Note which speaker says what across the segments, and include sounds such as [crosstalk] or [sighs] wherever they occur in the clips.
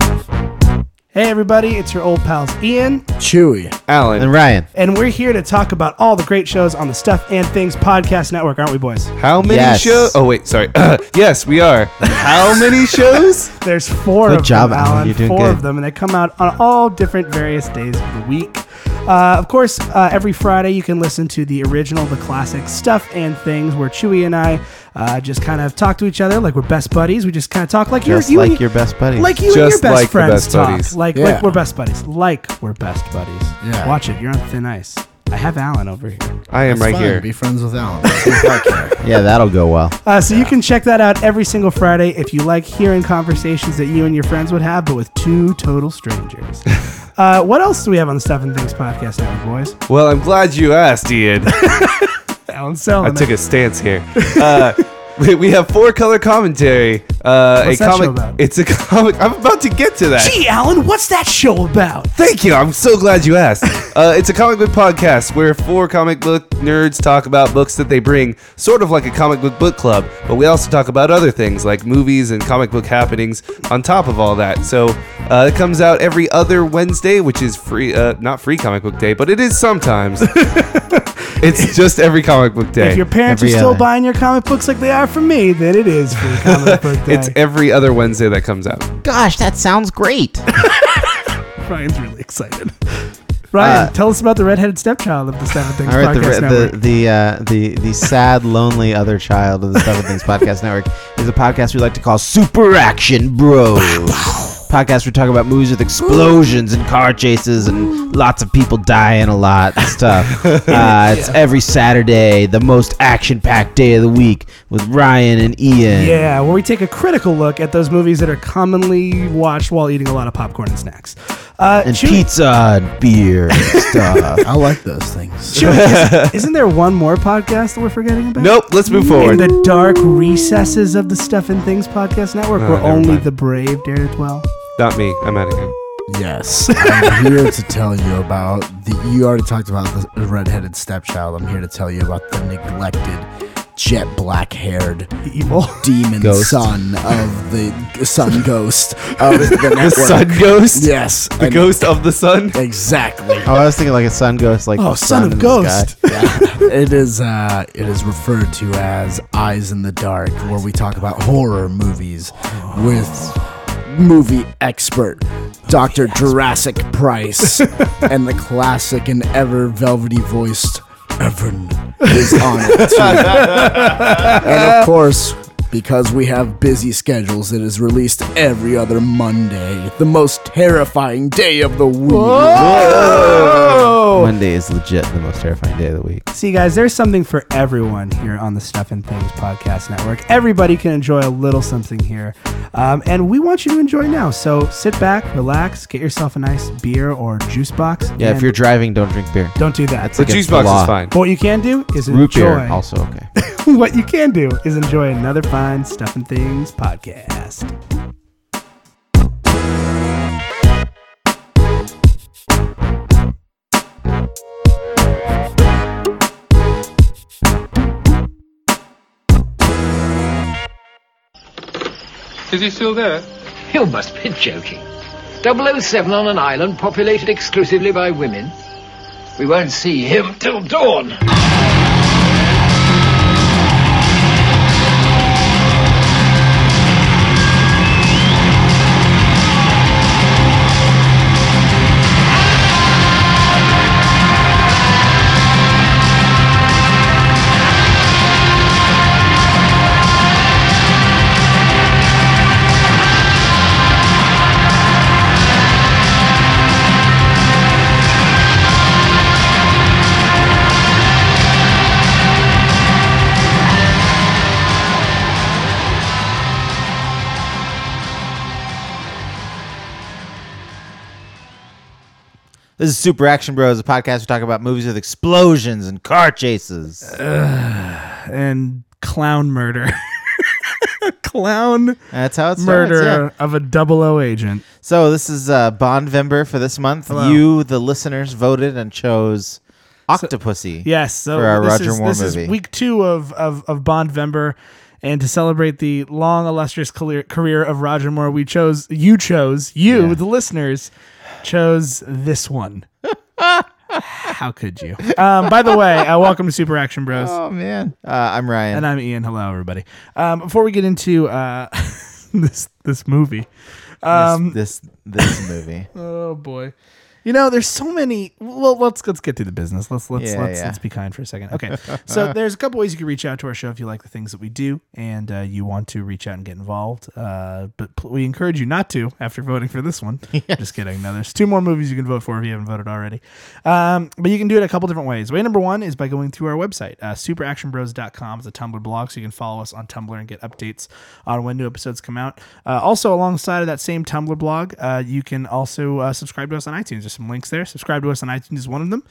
Speaker 1: Hey, everybody, it's your old pals Ian,
Speaker 2: Chewy.
Speaker 3: Alan,
Speaker 4: And Ryan,
Speaker 1: and we're here to talk about all the great shows on the Stuff and Things Podcast Network, aren't we, boys?
Speaker 3: how many
Speaker 4: Yes.
Speaker 3: shows? Oh wait, sorry. [clears throat] yes, we are. How many shows?
Speaker 1: There's four
Speaker 4: Good
Speaker 1: of
Speaker 4: job,
Speaker 1: them,
Speaker 4: Alan.
Speaker 1: Alan.
Speaker 4: You're doing
Speaker 1: four
Speaker 4: good.
Speaker 1: of them, and they come out on all different various days of the week. Uh, of course, uh, every Friday you can listen to the original, the classic stuff and things, where Chewy and I uh, just kind of talk to each other like we're best buddies. We just kind of talk like
Speaker 4: just
Speaker 1: you're, you
Speaker 4: like
Speaker 1: and-
Speaker 4: your best buddy.
Speaker 1: like you and your
Speaker 3: Just
Speaker 1: best
Speaker 3: like the
Speaker 1: friends
Speaker 3: best
Speaker 1: talk.
Speaker 3: buddies.
Speaker 1: Like,
Speaker 2: Yeah.
Speaker 1: like we're best buddies. Like we're best buddies.
Speaker 2: Yeah.
Speaker 1: Watch it. You're on thin ice. I have Alan over here.
Speaker 3: I am
Speaker 2: It's
Speaker 3: right
Speaker 2: fine.
Speaker 3: here.
Speaker 2: Be friends with [laughs] Alan. That's what I care.
Speaker 4: [laughs] yeah, that'll go well.
Speaker 1: Uh, so you can check that out every single Friday if you like hearing conversations that you and your friends would have, but with two total
Speaker 4: [laughs]
Speaker 1: strangers. uh, what else do we have on the Stuff and Things podcast network, boys?
Speaker 3: Well, I'm glad you
Speaker 1: [laughs]
Speaker 3: asked, Ian.
Speaker 1: Alan
Speaker 3: I
Speaker 1: Selman.
Speaker 3: took a stance here. Uh, we- we have four color commentary. Uh,
Speaker 1: What's
Speaker 3: a
Speaker 1: that show
Speaker 3: comic.
Speaker 1: about?
Speaker 3: It's a comic. I'm about to get to that.
Speaker 1: Gee, Alan, what's that show about?
Speaker 3: Thank you. I'm so glad you asked. Uh, it's a comic book podcast where four comic book nerds talk about books that they bring, sort of like a comic book book club, but we also talk about other things like movies and comic book happenings on top of all that. So uh, it comes out every other Wednesday, which is free, uh, not free comic book day, but it is sometimes. it's just every comic book day.
Speaker 1: If your parents
Speaker 4: Every uh,
Speaker 1: are still
Speaker 4: other.
Speaker 1: buying your comic books like they are for me, then it is free
Speaker 4: [laughs]
Speaker 1: comic book day.
Speaker 3: it's every other Wednesday that comes out.
Speaker 4: Gosh, that sounds [laughs] great.
Speaker 1: Ryan's really excited. Ryan,
Speaker 4: Uh,
Speaker 1: tell us about the redheaded stepchild of the Stuff and Things
Speaker 4: All right, the
Speaker 1: podcast
Speaker 4: re-
Speaker 1: network.
Speaker 4: the the, uh, the the sad, lonely other child of the Stuff and
Speaker 1: [laughs]
Speaker 4: Things Podcast Network is a podcast we like to call Super Action Bros. podcast we talk about movies with explosions and car chases and lots of people dying a lot
Speaker 1: [laughs]
Speaker 4: and stuff. Uh, it's every Saturday, the most action-packed day of the week with Ryan and Ian.
Speaker 1: Yeah, where we take a critical look at those movies that are commonly watched while eating a lot of popcorn and snacks. Uh,
Speaker 4: And
Speaker 1: Chewy-
Speaker 4: pizza
Speaker 1: [laughs]
Speaker 4: and beer and stuff.
Speaker 2: [laughs] I like those things.
Speaker 1: Chewy, is, isn't there one more podcast that we're forgetting about?
Speaker 3: Nope, let's move
Speaker 1: In
Speaker 3: forward.
Speaker 1: the dark recesses of the Stuff and Things podcast network,
Speaker 3: Oh,
Speaker 1: where
Speaker 3: never
Speaker 1: only
Speaker 3: mind.
Speaker 1: the brave dare to dwell.
Speaker 3: Not me. I'm out of here.
Speaker 2: Yes. [laughs] I'm here to tell you about the. You already talked about the redheaded stepchild. I'm here to tell you about the neglected, jet black haired
Speaker 1: Evil. [laughs]
Speaker 2: demon
Speaker 4: Ghost.
Speaker 2: son of the sun ghost of [laughs] the network.
Speaker 3: The sun ghost?
Speaker 2: Yes.
Speaker 3: The
Speaker 2: and-
Speaker 3: ghost of the sun?
Speaker 2: Exactly.
Speaker 4: Oh, I was thinking like a sun ghost, like
Speaker 1: Oh,
Speaker 4: the
Speaker 1: son of
Speaker 4: in the sky.
Speaker 1: ghost.
Speaker 2: Yeah. it is uh, it is referred to as Eyes in the Dark, where we talk about horror movies with movie expert Dr. Jurassic
Speaker 1: [laughs]
Speaker 2: Price and the classic and ever velvety voiced Evan is on it
Speaker 1: [laughs]
Speaker 2: too. and of course, because we have busy schedules, it is released every other Monday, the most terrifying day of the week.
Speaker 5: Oh.
Speaker 4: Monday is legit the most terrifying day of the week.
Speaker 1: See, guys, there's something for everyone here on the Stuff and Things podcast network. Everybody can enjoy a little something here, um, and we want you to enjoy now. So sit back, relax, get yourself a nice beer or juice box.
Speaker 4: Yeah, if
Speaker 1: and
Speaker 4: you're driving, don't drink beer.
Speaker 1: don't do that.
Speaker 3: The
Speaker 4: against
Speaker 3: juice
Speaker 4: the
Speaker 3: box
Speaker 4: law.
Speaker 3: is fine.
Speaker 1: But [laughs] what you can do is
Speaker 4: Root
Speaker 1: enjoy.
Speaker 4: beer also
Speaker 5: [laughs]
Speaker 4: okay.
Speaker 1: [laughs] what you can do is enjoy another fine Stuff and Things podcast.
Speaker 6: Is he still there?
Speaker 7: [laughs] You must be joking. 007 on an island populated exclusively by women. We won't see him till dawn.
Speaker 4: This is Super Action Bros, a podcast we talk about movies with explosions and car chases.
Speaker 1: And clown murder. [laughs] clown
Speaker 4: That's how it starts.
Speaker 1: murder
Speaker 4: yeah.
Speaker 1: of a double O agent.
Speaker 4: So this is uh, Bond Vember for this month. You, the listeners, voted and chose
Speaker 5: Octopussy.
Speaker 1: Yes, so
Speaker 5: For our
Speaker 1: this
Speaker 5: Roger
Speaker 1: is,
Speaker 5: Moore
Speaker 1: this
Speaker 5: movie.
Speaker 1: is week two of of, of Bond Vember, and to celebrate the long illustrious career, career of Roger Moore, we chose you chose you the listeners chose this
Speaker 5: [laughs]
Speaker 1: one. How could you? Um, by the way, uh, welcome to Super Action Bros.
Speaker 5: Oh man, uh, I'm Ryan.
Speaker 1: And I'm Ian. Hello, everybody. Um, before we get into uh, [laughs] this this movie, um,
Speaker 5: this this [laughs] movie.
Speaker 1: oh boy, you know there's so many. Well, let's let's get to the business. Let's let's
Speaker 5: Yeah,
Speaker 1: let's,
Speaker 5: yeah.
Speaker 1: let's be kind for a second. Okay, so there's a couple ways you can reach out to our show if you like the things that we do and uh, you want to reach out and get involved. Uh, but pl- we encourage you not to after voting for this one. Just kidding. No, there's two more movies you can vote for if you haven't voted already. Um, but you can do it a couple different ways. Way number one is by going through our website, uh, superactionbros.com. It's a Tumblr blog, so you can follow us on Tumblr and get updates on when new episodes come out. Uh, also, alongside of that same Tumblr blog, uh, you can also uh, subscribe to us on iTunes. There's some links there. Subscribe to us on iTunes is one of them.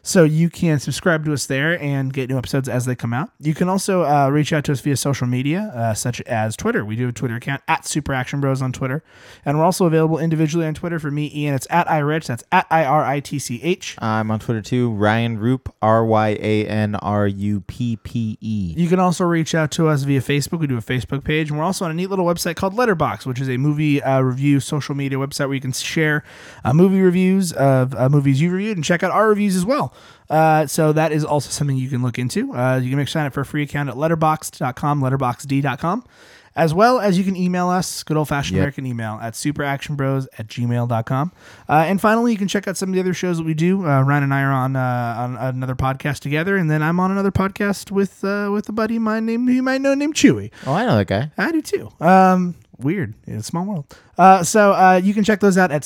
Speaker 1: So you can subscribe to us there and get new episodes as they come out. You can also uh, reach out to us via social media, uh, such as Twitter. We do have a Twitter account at Super Action Bros on Twitter, and we're also available individually on Twitter. For me, Ian, it's at iRich. That's at i r i t c h.
Speaker 5: I'm on Twitter too. Ryan Roop. R Y A N R U P P E.
Speaker 1: You can also reach out to us via Facebook. We do a Facebook page, and we're also on a neat little website called Letterbox, which is a movie uh, review social media website where you can share uh, movie reviews of uh, movies you've reviewed and check out our reviews as well. Uh, so that is also something you can look into. Uh, you can make sign up for a free account at letterboxd.com, letterboxd.com, as well as you can email us, good old fashioned
Speaker 5: Yep.
Speaker 1: American email at superactionbros at gmail.com. Uh, and finally, you can check out some of the other shows that we do. Uh, Ryan and I are on, uh, on another podcast together, and then I'm on another podcast with uh, with a buddy of mine named, you might know, named Chewy.
Speaker 5: Oh, I know that guy.
Speaker 1: I do too. Um, weird. It's a small world. Uh, so uh, you can check those out at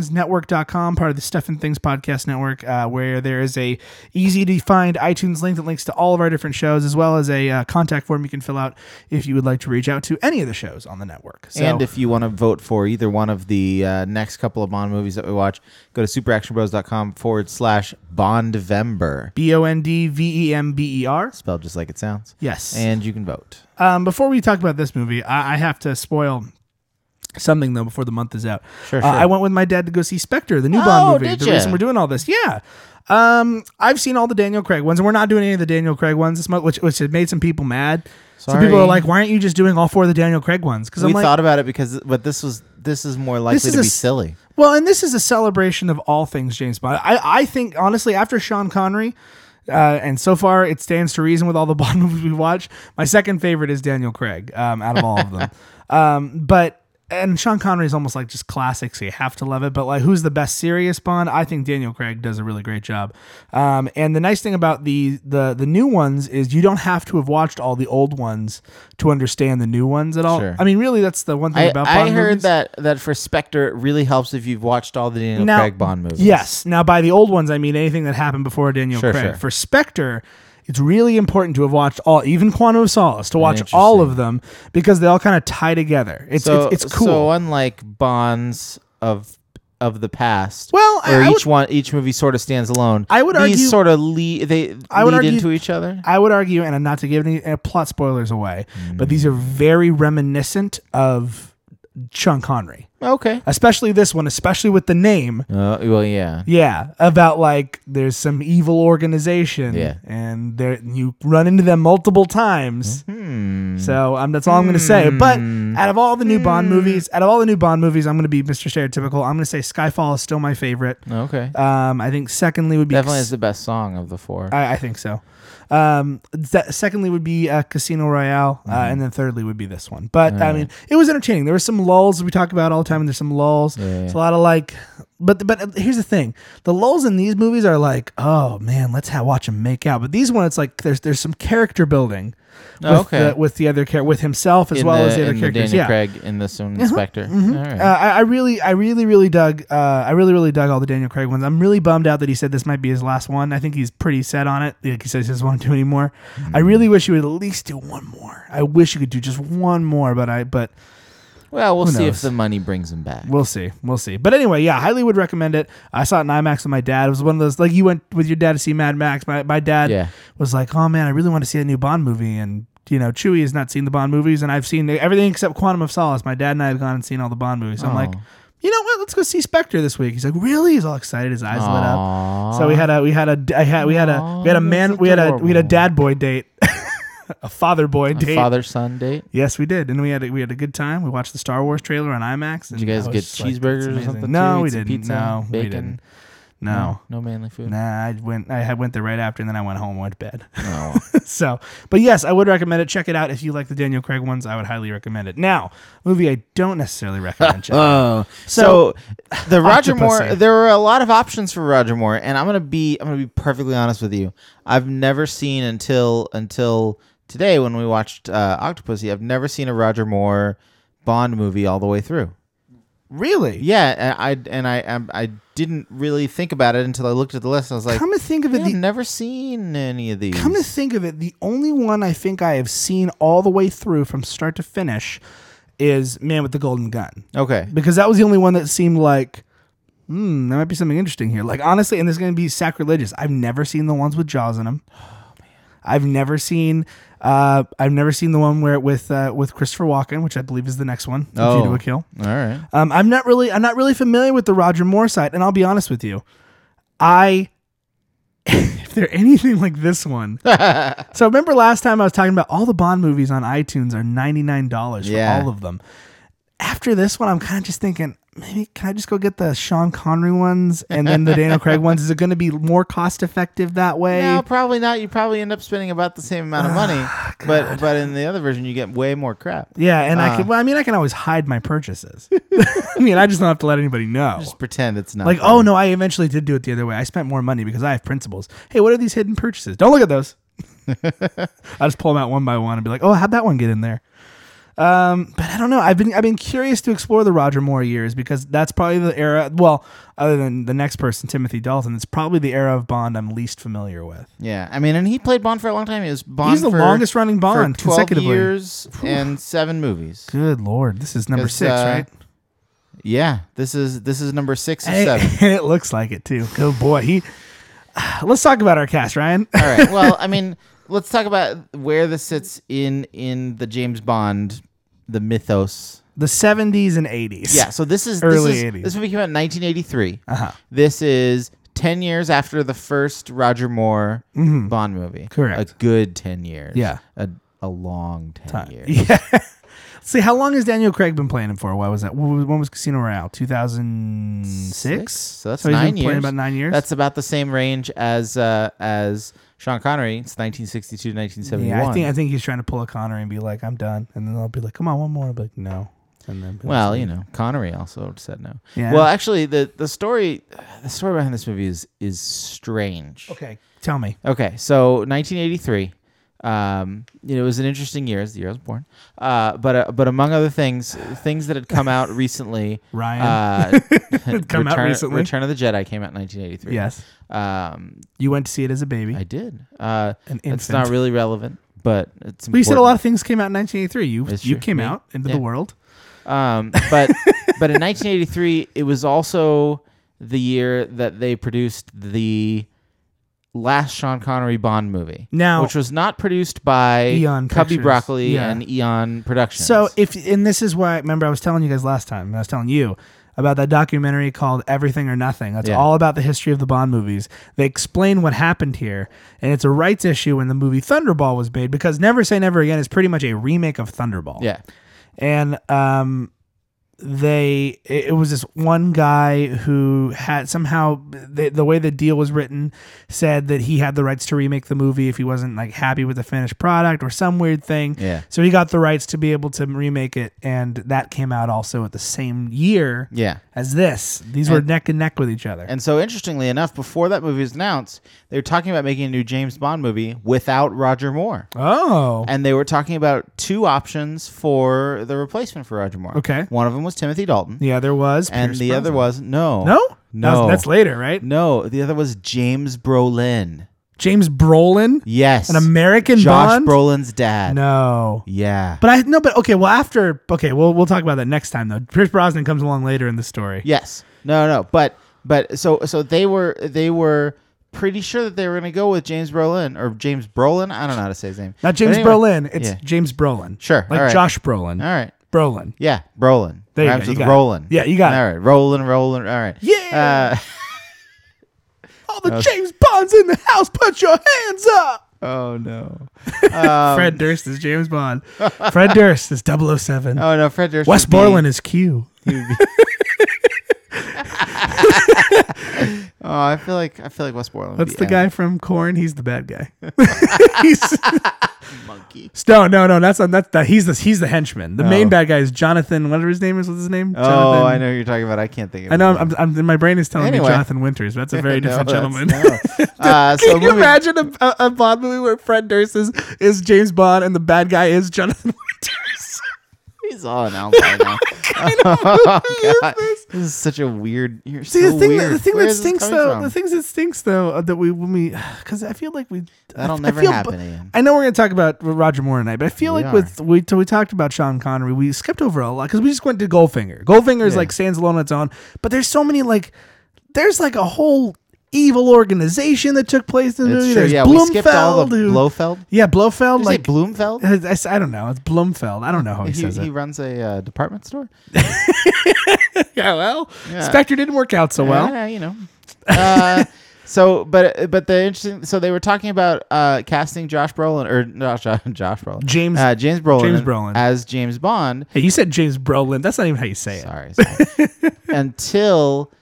Speaker 1: stuffandthingsnetwork.com, part of the Stuff and Things Podcast Network, uh, where there is a easy to find iTunes link that links to all of our different shows, as well as a uh, contact form you can fill out if you would like to reach out to any of the shows on the network. So,
Speaker 5: and if you want to vote for either one of the uh, next couple of Bond movies that we watch, go to superactionbros.com forward slash Bondvember.
Speaker 1: B O N D V E M B E R.
Speaker 5: Spelled just like it sounds.
Speaker 1: Yes.
Speaker 5: And you can vote.
Speaker 1: Um, before we talk about this movie, I, I have to spoil something though before the month is out.
Speaker 5: Sure,
Speaker 1: Uh,
Speaker 5: sure.
Speaker 1: I went with my dad to go see Spectre, the new Bond movie.
Speaker 5: did
Speaker 1: the
Speaker 5: ya?
Speaker 1: reason we're doing all this, yeah. Um, I've seen all the Daniel Craig ones, and we're not doing any of the Daniel Craig ones this month, which which has made some people mad. Some people
Speaker 5: Sorry.
Speaker 1: are like, "Why aren't you just doing all four of the Daniel Craig ones?" Because
Speaker 5: we
Speaker 1: I'm like,
Speaker 5: thought about it because, but this was this is more likely
Speaker 1: is
Speaker 5: to
Speaker 1: a
Speaker 5: be
Speaker 1: s-
Speaker 5: silly.
Speaker 1: well, and this is a celebration of all things James Bond. I, I think honestly, after Sean Connery, uh, and so far it stands to reason with all the [laughs] Bond movies we watch, my second favorite is Daniel Craig um, out of all
Speaker 5: [laughs]
Speaker 1: of them. um, but and Sean Connery is almost like just classic, so you have to love it. But like, who's the best serious Bond? I think Daniel Craig does a really great job. Um, and the nice thing about the the the new ones is you don't have to have watched all the old ones to understand the new ones at all.
Speaker 5: Sure.
Speaker 1: I mean, really, that's the one thing
Speaker 5: I,
Speaker 1: about.
Speaker 5: I
Speaker 1: Bond
Speaker 5: heard
Speaker 1: movies.
Speaker 5: that that for Spectre it really helps if you've watched all the Daniel Craig Bond movies.
Speaker 1: Yes. Now, by the old ones, I mean anything that happened before Daniel
Speaker 5: Sure,
Speaker 1: Craig.
Speaker 5: sure.
Speaker 1: For Spectre, it's really important to have watched all, even Quantum of Solace, to watch
Speaker 5: Interesting.
Speaker 1: all of them because they all kind of tie together. It's
Speaker 5: So
Speaker 1: it's, it's cool.
Speaker 5: So unlike Bonds of of the past,
Speaker 1: Well, I-
Speaker 5: where
Speaker 1: I
Speaker 5: each
Speaker 1: would-
Speaker 5: one each movie sort of stands alone.
Speaker 1: I would
Speaker 5: these
Speaker 1: argue-
Speaker 5: sort of lead they
Speaker 1: I would
Speaker 5: lead
Speaker 1: argue-
Speaker 5: into each other.
Speaker 1: I would argue, and not to give any uh, plot spoilers away,
Speaker 5: Mm.
Speaker 1: but these are very reminiscent of Sean Connery,
Speaker 5: Okay.
Speaker 1: especially this one, especially with the name.
Speaker 5: Uh, well, yeah.
Speaker 1: Yeah, about like there's some evil organization,
Speaker 5: Yeah.
Speaker 1: and there you run into them multiple times.
Speaker 5: Hmm.
Speaker 1: So um, that's all I'm going to say. But out of all the new Bond movies, out of all the new Bond movies, I'm going to be Mr. Stereotypical. I'm going to say Skyfall is still my favorite.
Speaker 5: Okay.
Speaker 1: Um, I think secondly would be
Speaker 5: Definitely is the best song of the four.
Speaker 1: I, I think so. Um, se- secondly would be uh, Casino Royale, uh,
Speaker 5: Mm-hmm.
Speaker 1: and then thirdly would be this one. But I mean, it was entertaining. There were some lulls we talk about all the time, and there's some lulls. It's a lot of like, but but here's the thing: the lulls in these movies are like, oh man, let's ha- watch him make out. But these ones, it's like there's there's some character building. With
Speaker 5: Oh, okay.
Speaker 1: The, with the other character, with himself as
Speaker 5: in
Speaker 1: well
Speaker 5: the,
Speaker 1: as the other
Speaker 5: in
Speaker 1: characters.
Speaker 5: Daniel
Speaker 1: yeah. Uh-huh,
Speaker 5: Craig in this one, Spectre. All right.
Speaker 1: Uh, I, I really, I really, really dug. Uh, I really, really dug all the Daniel Craig ones. I'm really bummed out that he said this might be his last one. I think he's pretty set on it. Like he says, he doesn't want to do any more. I
Speaker 5: Hmm.
Speaker 1: really wish he would at least do one more. I wish he could do just one more, but I, but
Speaker 5: well, we'll
Speaker 1: who
Speaker 5: see
Speaker 1: knows?
Speaker 5: if the money brings him back.
Speaker 1: we'll see, we'll see. But anyway, yeah, highly would recommend it. I saw it in IMAX with my dad. It was one of those like you went with your dad to see Mad Max. My my dad
Speaker 5: Yeah.
Speaker 1: was like, oh man, I really want to see a new Bond movie and. You know, Chewy has not seen the Bond movies, and I've seen everything except Quantum of Solace. My dad and I have gone and seen all the Bond movies. So I'm like, you know what? Let's go see Spectre this week. He's like, really? He's all excited. His eyes lit up. So we had a we had a I had we had a we had a man we had a we had a dad boy date, [laughs] a father boy date.
Speaker 4: Father son date.
Speaker 1: Yes, we did, and we had a, we had a good time. We watched the Star Wars trailer on IMAX.
Speaker 4: Did you guys get cheeseburgers or something,
Speaker 1: No,
Speaker 4: too?
Speaker 1: we
Speaker 4: Eat some
Speaker 1: didn't.
Speaker 4: pizza,
Speaker 1: no, we
Speaker 4: bacon?
Speaker 1: didn't. No.
Speaker 4: No manly food.
Speaker 1: Nah, I went. I had- went there right after, and then I went home and went to bed.
Speaker 4: Oh.
Speaker 1: [laughs] so, but yes, I would recommend it. Check it out if you like the Daniel Craig ones. I would highly recommend it. Now, movie I don't necessarily recommend. checking out.
Speaker 4: [laughs] Oh,
Speaker 1: So,
Speaker 4: so,
Speaker 1: [laughs]
Speaker 4: the Roger Moore.
Speaker 1: Octopussy.
Speaker 4: There were a lot of options for Roger Moore, and I'm gonna be I'm gonna be perfectly honest with you. I've never seen until until today when we watched uh, Octopussy. I've never seen a Roger Moore Bond movie all the way through.
Speaker 1: Really?
Speaker 4: Yeah, and I and I I'm- I didn't really think about it until I looked at the list. and I was like,
Speaker 1: Come to think of it,
Speaker 4: "Yeah, I've
Speaker 1: the,
Speaker 4: never seen any of these.
Speaker 1: come to think of it, the only one I think I have seen all the way through from start to finish is Man with the Golden Gun.
Speaker 4: okay,
Speaker 1: because that was the only one that seemed like hmm there might be something interesting here like honestly and this is going to be sacrilegious i've never seen the ones with jaws
Speaker 4: [gasps]
Speaker 1: in them
Speaker 4: Oh,
Speaker 1: i've never seen uh i've never seen the one where with uh with christopher walken which i believe is the next one oh.
Speaker 4: Oh.
Speaker 1: to a kill
Speaker 4: all right.
Speaker 1: um i'm not really i'm not really familiar with the roger moore side and i'll be honest with you i [laughs] if they're anything like this one so remember last time i was talking about all the bond movies on itunes are $99 for
Speaker 4: Yeah.
Speaker 1: all of them after this one, I'm kind of just thinking, maybe can I just go get the Sean Connery ones and then the Daniel Craig ones? Is it going to be more cost effective that way?
Speaker 4: No, probably not. You probably end up spending about the same amount
Speaker 1: Ah,
Speaker 4: of money, but but in the other version, you get way more crap.
Speaker 1: Yeah, and I can. Well, I mean, I can always hide my purchases. [laughs] I mean, I just don't have to let anybody know.
Speaker 4: Just pretend it's not
Speaker 1: Like,
Speaker 4: there.
Speaker 1: oh no, I eventually did do it the other way. I spent more money because I have principles. Hey, what are these hidden purchases? Don't look at
Speaker 4: [laughs]
Speaker 1: those. I just pull them out one by one and be like, oh, how'd that one get in there? Um, but I don't know. I've been I've been curious to explore the Roger Moore years because that's probably the era. Well, other than the next person, Timothy Dalton, it's probably the era of Bond I'm least familiar with.
Speaker 4: yeah. I mean, and he played Bond for a long time. He was Bond.
Speaker 1: He's the
Speaker 4: for-
Speaker 1: longest running Bond
Speaker 4: for twelve
Speaker 1: consecutively.
Speaker 4: years and seven movies.
Speaker 1: Good lord, this is number
Speaker 4: It's,
Speaker 1: six,
Speaker 4: uh,
Speaker 1: right?
Speaker 4: Yeah, this is this is number six of
Speaker 1: And
Speaker 4: [laughs] seven.
Speaker 1: [laughs] it, and it looks like it too. Good boy. He. [sighs] Let's talk about our cast, Ryan. [sighs]
Speaker 4: All
Speaker 1: [laughs]
Speaker 4: right. Well, I mean, let's talk about where this sits in in the James Bond, the mythos.
Speaker 1: the 70s and 80s.
Speaker 4: Yeah. So this is
Speaker 1: Early
Speaker 4: this is,
Speaker 1: 80s.
Speaker 4: This movie came out in 1983. Uh-huh. This is 10 years after the first Roger Moore Bond movie.
Speaker 1: Mm-hmm. Correct.
Speaker 4: A good 10 years.
Speaker 1: Yeah.
Speaker 4: A, a long 10 [laughs] years.
Speaker 1: Yeah. See, how long has Daniel Craig been playing him for? Why was that? When was- when was Casino Royale? 2006?
Speaker 4: So that's
Speaker 1: he's been
Speaker 4: nine years.
Speaker 1: Playing about nine years?
Speaker 4: That's about the same range as uh, as Sean Connery. It's 1962 to 1971.
Speaker 1: yeah, I think I think he's trying to pull a Connery and be like, I'm done. And then I'll be like, come on, one more. I'll be like, no. And then be like,
Speaker 4: Well, you know, Connery also said no.
Speaker 1: Yeah.
Speaker 4: Well, actually, the the story the story behind this movie is is strange.
Speaker 1: okay, tell me.
Speaker 4: Okay, so 1983. Um, you know, it was an interesting year. It's the year I was born. Uh, but uh, but among other things, things that had
Speaker 1: [laughs]
Speaker 4: come out recently.
Speaker 1: Ryan. [laughs]
Speaker 4: Uh,
Speaker 1: come out
Speaker 4: Return-
Speaker 1: recently.
Speaker 4: Return of the Jedi came out in 1983.
Speaker 1: Yes.
Speaker 4: Um,
Speaker 1: You went to see it as a baby.
Speaker 4: I did. Uh,
Speaker 1: An
Speaker 4: it's
Speaker 1: infant.
Speaker 4: not really relevant, but it's.
Speaker 1: But you said a
Speaker 4: important.
Speaker 1: lot of things came out in 1983. You
Speaker 4: That's
Speaker 1: you
Speaker 4: true.
Speaker 1: came
Speaker 4: Me-
Speaker 1: out into
Speaker 4: yeah.
Speaker 1: the world.
Speaker 4: Um,
Speaker 1: [laughs]
Speaker 4: but but in 1983, it was also the year that they produced the last Sean Connery Bond movie.
Speaker 1: Now-
Speaker 4: which was not produced by
Speaker 1: Eon
Speaker 4: Cubby
Speaker 1: Pictures.
Speaker 4: Broccoli
Speaker 1: Yeah.
Speaker 4: and Eon Productions.
Speaker 1: So if and this is why remember I was telling you guys last time, and I was telling you about that documentary called Everything or Nothing. That's
Speaker 4: Yeah.
Speaker 1: all about the history of the Bond movies. They explain what happened here, and it's a rights issue when the movie Thunderball was made because Never Say Never Again is pretty much a remake of Thunderball.
Speaker 4: yeah,
Speaker 1: And um they it it was this one guy who had somehow the, the way the deal was written said that he had the rights to remake the movie if he wasn't like happy with the finished product or some weird thing
Speaker 4: Yeah.
Speaker 1: so he got the rights to be able to remake it and that came out also at the same year
Speaker 4: yeah.
Speaker 1: as this these were
Speaker 4: And-
Speaker 1: neck and neck with each other
Speaker 4: And so interestingly enough, before that movie was announced, they were talking about making a new James Bond movie without Roger Moore.
Speaker 1: oh
Speaker 4: And they were talking about two options for the replacement for Roger Moore.
Speaker 1: Okay.
Speaker 4: One of them was Timothy Dalton.
Speaker 1: yeah there was
Speaker 4: And
Speaker 1: Pierce
Speaker 4: the other
Speaker 1: Brosnan. no
Speaker 4: was no.
Speaker 1: That was-
Speaker 4: No.
Speaker 1: that's later right
Speaker 4: No, the other was James Brolin.
Speaker 1: james brolin
Speaker 4: Yes.
Speaker 1: an american
Speaker 4: Josh
Speaker 1: bond
Speaker 4: Brolin's dad.
Speaker 1: no
Speaker 4: Yeah.
Speaker 1: But I no, but okay. Well, after okay, we'll we'll talk about that next time though. Pierce Brosnan comes along later in the story.
Speaker 4: yes. No, no. But but so so they were they were pretty sure that they were going to go with James Brolin or James Brolin. I don't know how to say his name.
Speaker 1: not
Speaker 4: But
Speaker 1: James
Speaker 4: anyway,
Speaker 1: Brolin. It's
Speaker 4: yeah.
Speaker 1: James Brolin.
Speaker 4: Sure,
Speaker 1: like
Speaker 4: all right.
Speaker 1: Josh Brolin.
Speaker 4: All right.
Speaker 1: Brolin.
Speaker 4: Yeah, Brolin.
Speaker 1: There you go,
Speaker 4: Rhymes
Speaker 1: you
Speaker 4: with
Speaker 1: got it.
Speaker 4: Roland.
Speaker 1: Yeah, you got it.
Speaker 4: All right, rolling, rolling. All right.
Speaker 1: Yeah.
Speaker 4: Uh, [laughs]
Speaker 1: All the James Bonds in the house, put your hands up. [laughs]
Speaker 4: oh no. Um,
Speaker 1: Fred Durst is James Bond. Fred Durst is 007.
Speaker 4: Oh no, Fred Durst.
Speaker 1: West
Speaker 4: would be-
Speaker 1: Borland is Q.
Speaker 4: Oh, I feel like I feel like West Borland. would
Speaker 1: That's
Speaker 4: be
Speaker 1: the guy from Corn. He's the bad
Speaker 4: [laughs]
Speaker 1: guy. [laughs] he's monkey. No, no, no. That's that's that. He's the he's the henchman. The main bad guy is Jonathan. Whatever his name is. What's his name?
Speaker 4: Oh,
Speaker 1: Jonathan.
Speaker 4: I know who you're talking about. I can't think of.
Speaker 1: I know.
Speaker 4: his name.
Speaker 1: I'm, I'm, I'm- my brain is telling
Speaker 4: Anyway.
Speaker 1: me Jonathan Winters. but That's a very
Speaker 4: [laughs] No,
Speaker 1: different
Speaker 4: that's-
Speaker 1: gentleman. [laughs]
Speaker 4: no. Uh, so
Speaker 1: Can you
Speaker 4: moving-
Speaker 1: imagine a, a, a Bond movie where Fred Durst is, is James Bond and the bad guy is Jonathan Winters?
Speaker 4: He's all an
Speaker 1: [laughs]
Speaker 4: outlier now. [laughs] oh, God. This? is such a weird. You're
Speaker 1: See
Speaker 4: so
Speaker 1: the thing,
Speaker 4: weird.
Speaker 1: that, the thing
Speaker 4: Where
Speaker 1: that
Speaker 4: is this
Speaker 1: stinks
Speaker 4: coming
Speaker 1: though,
Speaker 4: from?
Speaker 1: the things that stinks though, uh, that we when we, [sighs] because I feel like we
Speaker 4: That'll
Speaker 1: I- I
Speaker 4: never
Speaker 1: feel-
Speaker 4: happen again.
Speaker 1: I know we're gonna talk about Roger Moore tonight, but I feel
Speaker 4: We
Speaker 1: like with we till we talked about Sean Connery, we skipped over a lot because we just went to Goldfinger. Goldfinger is like stands alone on its own, but there's so many like there's like a whole evil organization that took place in the
Speaker 4: It's
Speaker 1: movie.
Speaker 4: true.
Speaker 1: There's
Speaker 4: Yeah, we skipped all
Speaker 1: Blumfeld,
Speaker 4: the
Speaker 1: who-
Speaker 4: Blofeld.
Speaker 1: Yeah, Blofeld.
Speaker 4: Did you say
Speaker 1: like
Speaker 4: Bloomfeld?
Speaker 1: I, s- I don't know. It's Blumfeld. I don't know how he,
Speaker 4: he,
Speaker 1: says
Speaker 4: he
Speaker 1: it. [laughs]
Speaker 4: runs a uh, department store.
Speaker 1: Yeah, well, Spectre didn't work out so Oh, well.
Speaker 4: Yeah,
Speaker 1: [laughs]
Speaker 4: you know. Uh, so, but but the interesting. So they were talking about uh, casting Josh Brolin or not Josh, [laughs] Josh Brolin,
Speaker 1: James-
Speaker 4: uh, James Brolin,
Speaker 1: James Brolin.
Speaker 4: as James Bond.
Speaker 1: Hey, you said James Brolin. That's not even how you say it.
Speaker 4: Sorry, sorry.
Speaker 1: [laughs]
Speaker 4: until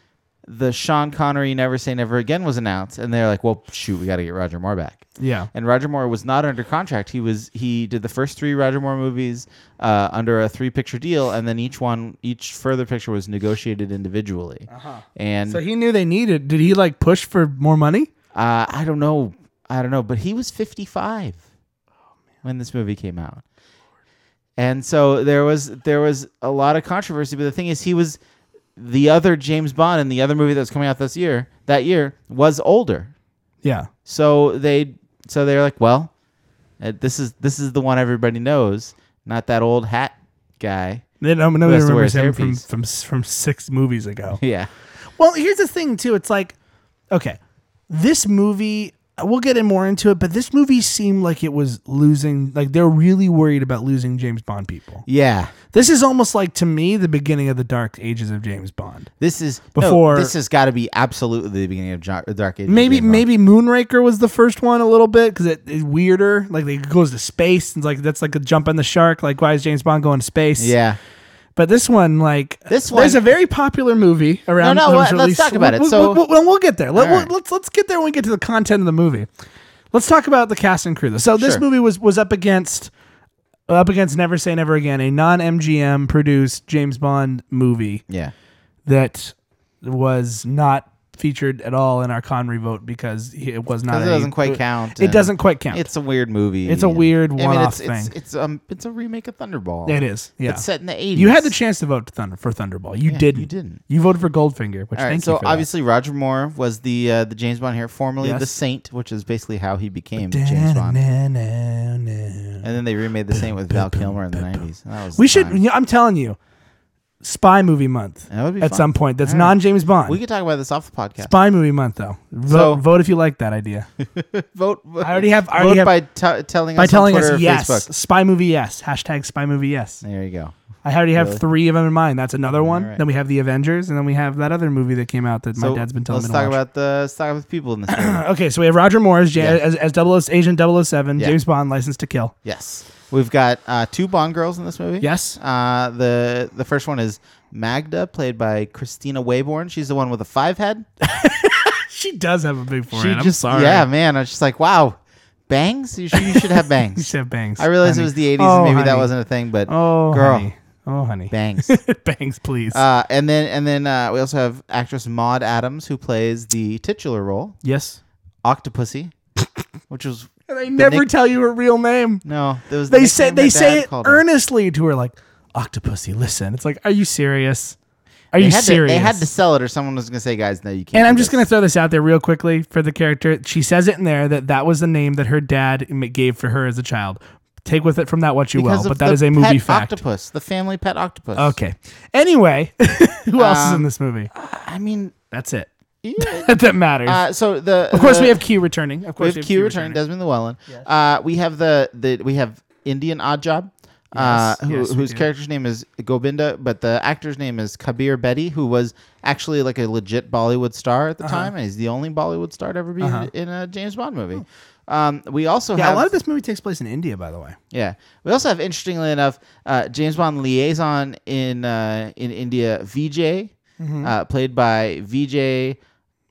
Speaker 4: the Sean Connery Never Say Never Again was announced, and they're like, well, shoot, we got to get Roger Moore back.
Speaker 1: Yeah.
Speaker 4: And Roger Moore was not under contract. He was he did the first three Roger Moore movies uh, under a three picture deal, and then each one, each further picture was negotiated individually. Uh-huh. And
Speaker 1: So he knew they needed. Did he like push for more money?
Speaker 4: Uh, I don't know. I don't know. But he was 55 when this movie came out. And so there was there was a lot of controversy, but the thing is, he was the other James Bond in the other movie that was coming out this year. That year was older,
Speaker 1: Yeah.
Speaker 4: so they so they're like, well, uh, this is this is the one everybody knows, not that old hat
Speaker 1: [laughs]
Speaker 4: guy.
Speaker 1: Then um, nobody
Speaker 4: has to wear
Speaker 1: remembers him
Speaker 4: his
Speaker 1: from,
Speaker 4: hairpiece.
Speaker 1: from from six movies
Speaker 4: [laughs]
Speaker 1: ago.
Speaker 4: Yeah,
Speaker 1: Well, here's the thing too. It's like, okay, this movie. We'll get in more into it, but this movie seemed like it was losing. Like they're really worried about losing James Bond people.
Speaker 4: yeah.
Speaker 1: This is almost like to me the beginning of the dark ages of James Bond.
Speaker 4: This is no,
Speaker 1: Before-
Speaker 4: this has got to be absolutely the beginning of Jo- Dark Age.
Speaker 1: Maybe maybe Moonraker was the first one a little bit because it is weirder. Like it goes to space and like that's like a jump on the shark. Like why is James Bond going to space?
Speaker 4: Yeah.
Speaker 1: But this one, like
Speaker 4: This
Speaker 1: there's
Speaker 4: one-
Speaker 1: a very popular movie around.
Speaker 4: No, no,
Speaker 1: that
Speaker 4: well,
Speaker 1: was
Speaker 4: let's
Speaker 1: released-
Speaker 4: talk about it.
Speaker 1: We'll,
Speaker 4: So-
Speaker 1: we'll, we'll, we'll get there. Let,
Speaker 4: All right.
Speaker 1: us let's get there when we get to the content of the movie. Let's talk about the cast and crew. Though. So this
Speaker 4: Sure.
Speaker 1: movie was was up against up against Never Say Never Again, a non MGM produced James Bond movie
Speaker 4: Yeah.
Speaker 1: that was not featured at all in our Conry vote because it was not.
Speaker 4: Because it
Speaker 1: a-
Speaker 4: doesn't quite count.
Speaker 1: It
Speaker 4: and
Speaker 1: doesn't quite count.
Speaker 4: It's a weird movie.
Speaker 1: It's a weird one-off
Speaker 4: it's, it's-
Speaker 1: thing.
Speaker 4: It's, um, it's a remake of Thunderball.
Speaker 1: It is. Yeah.
Speaker 4: It's set in the eighties.
Speaker 1: you had the chance to vote to Thunder for Thunderball. You didn't.
Speaker 4: you didn't.
Speaker 1: You voted for Goldfinger, which
Speaker 4: All right.
Speaker 1: thank
Speaker 4: So
Speaker 1: you. for that.
Speaker 4: obviously, Roger Moore was the uh, the James Bond here, formerly the
Speaker 1: Yes.
Speaker 4: Saint, which is basically how he became James Bond. And then they remade the Saint with Val Kilmer in the nineties.
Speaker 1: We should. you know, I'm telling you, spy movie month
Speaker 4: That would be
Speaker 1: at
Speaker 4: fun.
Speaker 1: some point. That's
Speaker 4: All right.
Speaker 1: non James Bond.
Speaker 4: We could talk about this off the podcast.
Speaker 1: spy movie month though. Vote,
Speaker 4: So-
Speaker 1: vote if you like that
Speaker 4: [laughs]
Speaker 1: idea.
Speaker 4: vote.
Speaker 1: I already have. I
Speaker 4: vote
Speaker 1: already have,
Speaker 4: by t- telling
Speaker 1: by
Speaker 4: us
Speaker 1: telling
Speaker 4: on Twitter
Speaker 1: us
Speaker 4: or
Speaker 1: yes.
Speaker 4: Facebook.
Speaker 1: Spy movie yes. Hashtag spy movie yes.
Speaker 4: There you go.
Speaker 1: I already have three of them in mind. That's another one.
Speaker 4: right.
Speaker 1: Then we have the Avengers, and then we have that other movie that came out that
Speaker 4: So
Speaker 1: my dad's been telling
Speaker 4: let's
Speaker 1: me to
Speaker 4: talk
Speaker 1: watch.
Speaker 4: about the let's talk about the people in
Speaker 1: [coughs]
Speaker 4: this movie.
Speaker 1: Okay, so we have Roger Moore as, Jan-
Speaker 4: Yeah.
Speaker 1: as, as 00, Agent 007,
Speaker 4: Yeah.
Speaker 1: James Bond, License to Kill.
Speaker 4: Yes. We've got uh, two Bond girls in this movie.
Speaker 1: Yes.
Speaker 4: Uh, the the first one is Magda, played by Christina Wayborn. She's the one with a five head.
Speaker 1: She does have a big forehead.
Speaker 4: she
Speaker 1: I'm
Speaker 4: just,
Speaker 1: sorry.
Speaker 4: Yeah, man. I was just like, wow, bangs. You should, you
Speaker 1: [laughs]
Speaker 4: should have
Speaker 1: You
Speaker 4: bangs.
Speaker 1: should have bangs.
Speaker 4: I realized
Speaker 1: honey.
Speaker 4: it was the '80s,
Speaker 1: Oh,
Speaker 4: and maybe that
Speaker 1: honey.
Speaker 4: wasn't a thing. But
Speaker 1: Oh,
Speaker 4: girl,
Speaker 1: honey. Oh, honey.
Speaker 4: bangs.
Speaker 1: [laughs] bangs, please.
Speaker 4: uh, and then and then uh, we also have actress Maud Adams, who plays the titular role,
Speaker 1: yes.
Speaker 4: Octopussy, which was
Speaker 1: They never
Speaker 4: Nick-
Speaker 1: tell you her real name.
Speaker 4: no. There was the
Speaker 1: They say
Speaker 4: nickname
Speaker 1: they
Speaker 4: her
Speaker 1: say
Speaker 4: dad
Speaker 1: it
Speaker 4: called her.
Speaker 1: earnestly to her, like Octopussy. Listen, it's like, are you serious? Are
Speaker 4: They
Speaker 1: you
Speaker 4: had, to,
Speaker 1: serious?
Speaker 4: they had to sell it, or someone was gonna say, "Guys, no, you can't."
Speaker 1: And
Speaker 4: do
Speaker 1: I'm just
Speaker 4: this."
Speaker 1: going to throw this out there real quickly for the character. She says it in there that that was the name that her dad m- gave for her as a child. Take with it from that what you
Speaker 4: Because
Speaker 1: will, but
Speaker 4: of
Speaker 1: that
Speaker 4: the
Speaker 1: is a
Speaker 4: pet
Speaker 1: movie fact.
Speaker 4: Octopus, the family pet octopus.
Speaker 1: Okay. Anyway, [laughs] who else is in
Speaker 4: Um,
Speaker 1: this movie?
Speaker 4: I mean,
Speaker 1: That's it. [laughs]
Speaker 4: yeah.
Speaker 1: that matters.
Speaker 4: uh, so the
Speaker 1: of course,
Speaker 4: the-
Speaker 1: we have Q returning. Of
Speaker 4: we
Speaker 1: course,
Speaker 4: have Q returning, Desmond Llewellyn. Uh, we have the the we have Indian Odd Job. uh,
Speaker 1: Yes,
Speaker 4: who,
Speaker 1: yes, we
Speaker 4: whose
Speaker 1: do.
Speaker 4: character's name is Gobinda, but the actor's name is Kabir Bedi, who was actually like a legit Bollywood star at the
Speaker 1: Uh-huh.
Speaker 4: time, and he's the only Bollywood star to ever be in a James Bond movie. Um, we also
Speaker 8: Yeah,
Speaker 4: have
Speaker 8: a lot of this movie takes place in India, by the way.
Speaker 4: yeah. We also have, interestingly enough, uh, James Bond liaison in uh, in India, Vijay, uh, played by Vijay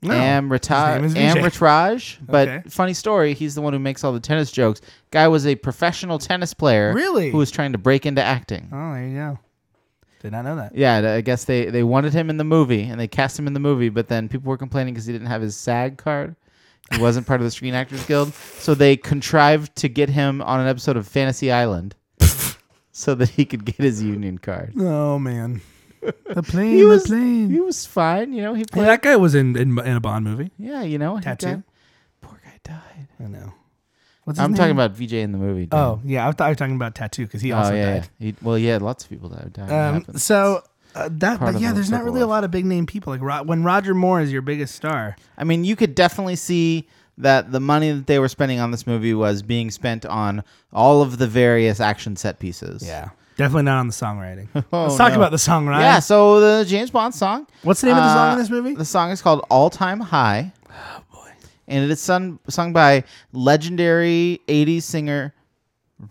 Speaker 4: Amritaj.
Speaker 1: Mm-hmm. his name is Vijay.
Speaker 4: Amritaj. But
Speaker 1: Okay.
Speaker 4: funny story, he's the one who makes all the tennis jokes. Guy was a professional tennis player,
Speaker 1: Really?
Speaker 4: who was trying to break into acting.
Speaker 8: Oh, there you go. Did not know that.
Speaker 4: Yeah, and I guess they, they wanted him in the movie and they cast him in the movie, but then people were complaining because he didn't have his SAG card. He wasn't part of the Screen Actors Guild. So they contrived to get him on an episode of
Speaker 1: [laughs]
Speaker 4: Fantasy Island so that he could get his union card.
Speaker 8: Oh man,
Speaker 1: The plane,
Speaker 4: He was,
Speaker 1: the plane.
Speaker 4: he was fine. You know, he
Speaker 8: Hey,
Speaker 4: played.
Speaker 8: that guy was in, in in a Bond movie.
Speaker 4: Yeah, you know. he
Speaker 1: Tattoo.
Speaker 4: died. Poor guy died.
Speaker 8: I know.
Speaker 1: What's his
Speaker 4: I'm talking
Speaker 1: name?
Speaker 4: about VJ in the movie. dude.
Speaker 1: Oh yeah, I thought you were talking about tattoo because he
Speaker 4: Oh,
Speaker 1: also
Speaker 4: yeah.
Speaker 1: died.
Speaker 4: He, well, yeah, lots of people that died. It
Speaker 1: Um,
Speaker 4: happens.
Speaker 1: so uh, that,
Speaker 4: Part
Speaker 1: but
Speaker 4: of
Speaker 1: yeah,
Speaker 4: the
Speaker 1: there's not
Speaker 4: circle
Speaker 1: really a
Speaker 4: of-
Speaker 1: lot of big name people. Like Ro- when Roger Moore is your biggest star,
Speaker 4: I mean, you could definitely see that the money that they were spending on this movie was being spent on all of the various action set pieces.
Speaker 1: definitely not on the songwriting.
Speaker 4: [laughs] Oh,
Speaker 1: Let's talk
Speaker 4: no.
Speaker 1: about the songwriting.
Speaker 4: Yeah, so the James Bond song. uh,
Speaker 1: What's the name of the song in this movie?
Speaker 4: The song is called All Time High. Oh, boy. And it is sung, sung by legendary 80s singer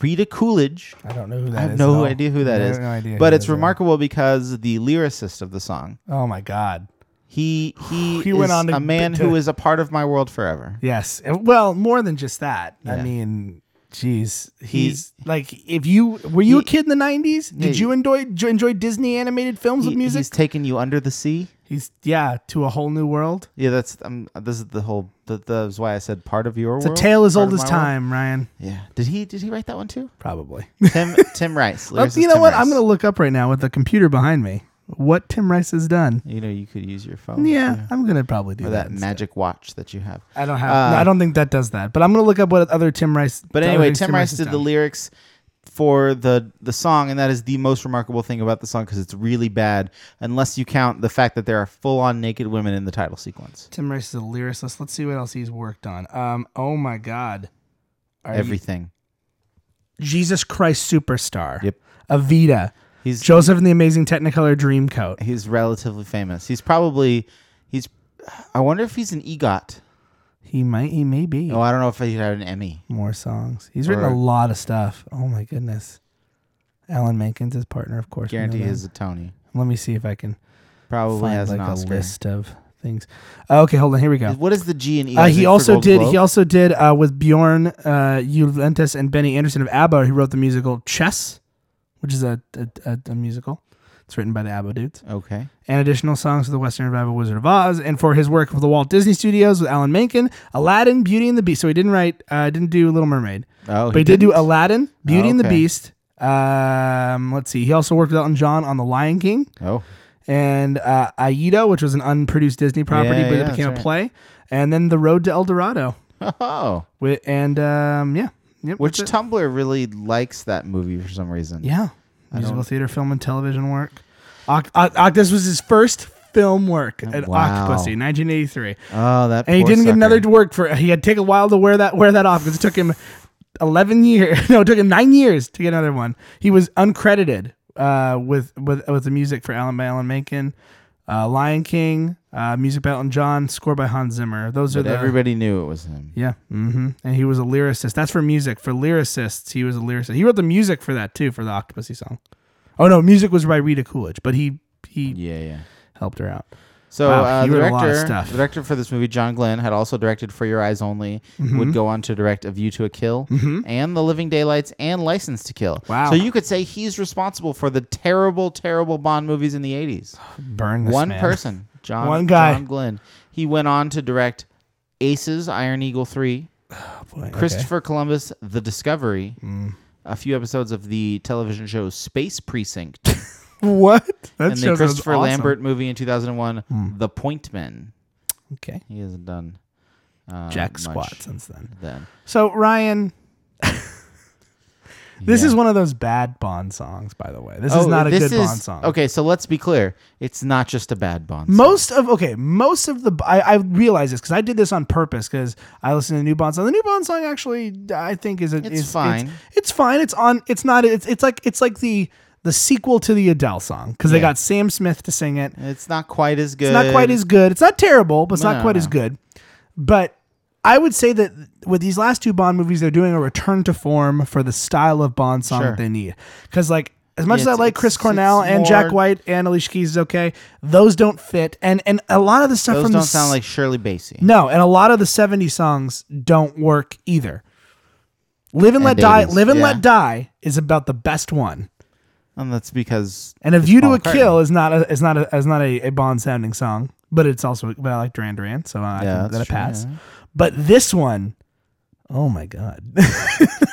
Speaker 4: Rita Coolidge.
Speaker 1: I don't know who that
Speaker 4: I have no idea who that is. but it's remarkable because the lyricist of the song,
Speaker 1: Oh my god.
Speaker 4: he he,
Speaker 1: He
Speaker 4: is
Speaker 1: went on to-
Speaker 4: a man
Speaker 1: to-
Speaker 4: who is a part of my world forever.
Speaker 1: Yes. And- Well, more than just that. I
Speaker 4: Yeah.
Speaker 1: mean, jeez, he's like, if you were you a
Speaker 4: He-
Speaker 1: kid in the '90s, did
Speaker 4: Yeah.
Speaker 1: you enjoy j- enjoy Disney animated films
Speaker 4: He-
Speaker 1: with music?
Speaker 4: He's taking you under the sea.
Speaker 1: He's yeah, to a whole new world.
Speaker 4: Yeah, that's um, this is the whole. That, that's why I said part of your
Speaker 1: It's a
Speaker 4: world.
Speaker 1: tale as
Speaker 4: part
Speaker 1: old
Speaker 4: of
Speaker 1: as
Speaker 4: my world.
Speaker 1: time, Ryan.
Speaker 4: Yeah. Did he did he write that one
Speaker 1: [laughs]
Speaker 4: too?
Speaker 1: Probably.
Speaker 4: Tim Tim Rice.
Speaker 1: Well,
Speaker 4: lyricist
Speaker 1: Oh, you know
Speaker 4: Tim
Speaker 1: what?
Speaker 4: Rice.
Speaker 1: I'm gonna look up right now with the computer behind me what Tim Rice has done.
Speaker 4: You know, you could use your phone.
Speaker 1: Yeah,
Speaker 4: too,
Speaker 1: I'm gonna probably do
Speaker 4: Or
Speaker 1: that.
Speaker 4: that magic watch that you have.
Speaker 1: I don't have.
Speaker 4: Uh,
Speaker 1: no, I don't think that does that. But I'm gonna look up what other Tim Rice.
Speaker 4: But
Speaker 1: the other
Speaker 4: anyway,
Speaker 1: things
Speaker 4: Tim, Rice
Speaker 1: has
Speaker 4: did the
Speaker 1: done.
Speaker 4: lyrics for the the song, and that is the most remarkable thing about the song because it's really bad, unless you count the fact that there are full on naked women in the title sequence.
Speaker 1: Tim Rice is a lyricist. Let's see what else he's worked on. Um. Oh my God. Are you-
Speaker 4: Everything.
Speaker 1: Jesus Christ Superstar.
Speaker 4: Yep.
Speaker 1: Evita.
Speaker 4: He's
Speaker 1: Joseph and the Amazing Technicolor Dreamcoat.
Speaker 4: he's relatively famous. He's probably he's. I wonder if he's an EGOT.
Speaker 1: He might. He may be.
Speaker 4: Oh, I don't know if he had an Emmy.
Speaker 1: More songs. He's written a
Speaker 4: Or-
Speaker 1: lot of stuff. Oh my goodness. Alan Mankins, his partner, of course. we know
Speaker 4: Guarantee
Speaker 1: that.
Speaker 4: is a Tony.
Speaker 1: Let me see if I can
Speaker 4: Probably
Speaker 1: find
Speaker 4: has
Speaker 1: like
Speaker 4: an
Speaker 1: a
Speaker 4: Oscar.
Speaker 1: list of things. Uh, okay, hold on. Here we go.
Speaker 4: What is the G and E?
Speaker 1: Uh,
Speaker 4: Is it
Speaker 1: he
Speaker 4: for
Speaker 1: also
Speaker 4: Golden
Speaker 1: did.
Speaker 4: Globe?
Speaker 1: He also did uh, with Bjorn uh, Juventus and Benny Anderson of ABBA. He wrote the musical Chess, which is a a, a, a musical. It's written by the ABBA dudes, [laughs]
Speaker 4: okay.
Speaker 1: and additional songs for the Western Revival Wizard of Oz, and for his work with the Walt Disney Studios with Alan Menken, Aladdin, Beauty and the Beast. So he didn't write, uh, didn't do Little Mermaid,
Speaker 4: Oh,
Speaker 1: but he did do
Speaker 4: [laughs]
Speaker 1: Aladdin, Beauty and the
Speaker 4: Okay.
Speaker 1: Beast. Um, let's see. He also worked with Elton John on The Lion King
Speaker 4: Oh,
Speaker 1: and uh, Aida, which was an unproduced Disney property,
Speaker 4: Yeah,
Speaker 1: but
Speaker 4: yeah,
Speaker 1: it became a
Speaker 4: that's
Speaker 1: play,
Speaker 4: right.
Speaker 1: and then The Road to El Dorado.
Speaker 4: oh.
Speaker 1: Wi- and um, yeah, yep,
Speaker 4: Which
Speaker 1: that's it.
Speaker 4: Tumblr really likes that movie for some reason.
Speaker 1: yeah, musical theater, film, and television work. Oc- Oc- Oc- this was his first film work at
Speaker 4: Oh, wow.
Speaker 1: Octopussy, 1983,
Speaker 4: Oh, that.
Speaker 1: and he
Speaker 4: poor
Speaker 1: didn't get
Speaker 4: sucker.
Speaker 1: another work for. He had take a while to wear that wear that off because it took him 11 years. [laughs] No, it took him nine years to get another one. He was uncredited uh, with with with the music for Alan by Alan Menken, uh, Lion King, uh, music by Elton John, score by Hans Zimmer. Those are
Speaker 4: But
Speaker 1: the
Speaker 4: everybody knew it was him.
Speaker 1: Yeah. Mm-hmm. And he was a lyricist. That's for music. For lyricists, he was a lyricist. He wrote the music for that too, for the Octopussy song. Oh no, music was by Rita Coolidge, but he he
Speaker 4: Yeah, yeah.
Speaker 1: helped her out.
Speaker 4: So
Speaker 1: Wow,
Speaker 4: uh,
Speaker 1: he
Speaker 4: the
Speaker 1: wrote a lot of
Speaker 4: director,
Speaker 1: stuff.
Speaker 4: the director for this movie, John Glenn, had also directed For Your Eyes Only.
Speaker 1: Mm-hmm.
Speaker 4: Would go on to direct A View to a Kill and The Living Daylights and License to Kill.
Speaker 1: Wow.
Speaker 4: So you could say he's responsible for the terrible, terrible Bond movies in the eighties.
Speaker 1: Burn this
Speaker 4: One
Speaker 1: man. [laughs]
Speaker 4: person, John,
Speaker 1: One guy.
Speaker 4: John Glenn. He went on to direct Aces, Iron Eagle Three,
Speaker 1: Boy, okay. [laughs] Mm.
Speaker 4: Christopher Columbus, The Discovery, a few episodes of the television show Space Precinct,
Speaker 1: What? That
Speaker 4: and
Speaker 1: show
Speaker 4: the
Speaker 1: sounds
Speaker 4: Christopher
Speaker 1: awesome. Mm.
Speaker 4: Lambert movie in 2001, The Point Men.
Speaker 1: Okay.
Speaker 4: He hasn't done uh,
Speaker 1: Jack [laughs]
Speaker 4: much
Speaker 1: squat since then.
Speaker 4: Then
Speaker 1: So Ryan, This is one of those bad Bond songs, by the way. This is
Speaker 4: Oh,
Speaker 1: not a
Speaker 4: this
Speaker 1: good
Speaker 4: is-
Speaker 1: Bond song.
Speaker 4: Okay, so let's be clear. It's not just a bad Bond. song.
Speaker 1: Most of okay, most of the I, I realize this because I did this on purpose because I listened to the new Bond song. The new Bond song actually I think is a, is-
Speaker 4: fine.
Speaker 1: It's, it's fine. It's on. It's not. It's it's like it's like the the sequel to the Adele song because they
Speaker 4: Yeah.
Speaker 1: got Sam Smith to sing it.
Speaker 4: It's not quite as good.
Speaker 1: It's not quite as good. It's not terrible, but it's not
Speaker 4: No,
Speaker 1: quite
Speaker 4: no.
Speaker 1: as good. But I would say that with these last two Bond movies, they're doing a return to form for the style of Bond song
Speaker 4: Sure.
Speaker 1: that they need. Because like as much
Speaker 4: Yeah,
Speaker 1: as I
Speaker 4: it's-
Speaker 1: like Chris
Speaker 4: it's-
Speaker 1: Cornell
Speaker 4: it's
Speaker 1: and Jack
Speaker 4: more-
Speaker 1: White and Alicia Keys is okay, those don't fit. And and a lot of the stuff
Speaker 4: Those
Speaker 1: from
Speaker 4: don't
Speaker 1: the s-
Speaker 4: sound like Shirley Bassey.
Speaker 1: no, and a lot of the '70s songs don't work either. Live and, Let Die,
Speaker 5: 80s,
Speaker 1: Live and
Speaker 4: yeah.
Speaker 1: Let Die is about the best one.
Speaker 4: And that's because
Speaker 1: And a view to
Speaker 4: Paul
Speaker 1: a kill is not a is not a is not a, a Bond sounding song, but it's also but I like Duran Duran, so uh, I
Speaker 4: Yeah,
Speaker 1: can
Speaker 4: that's
Speaker 1: let it
Speaker 4: true,
Speaker 1: pass. But this one, oh my god,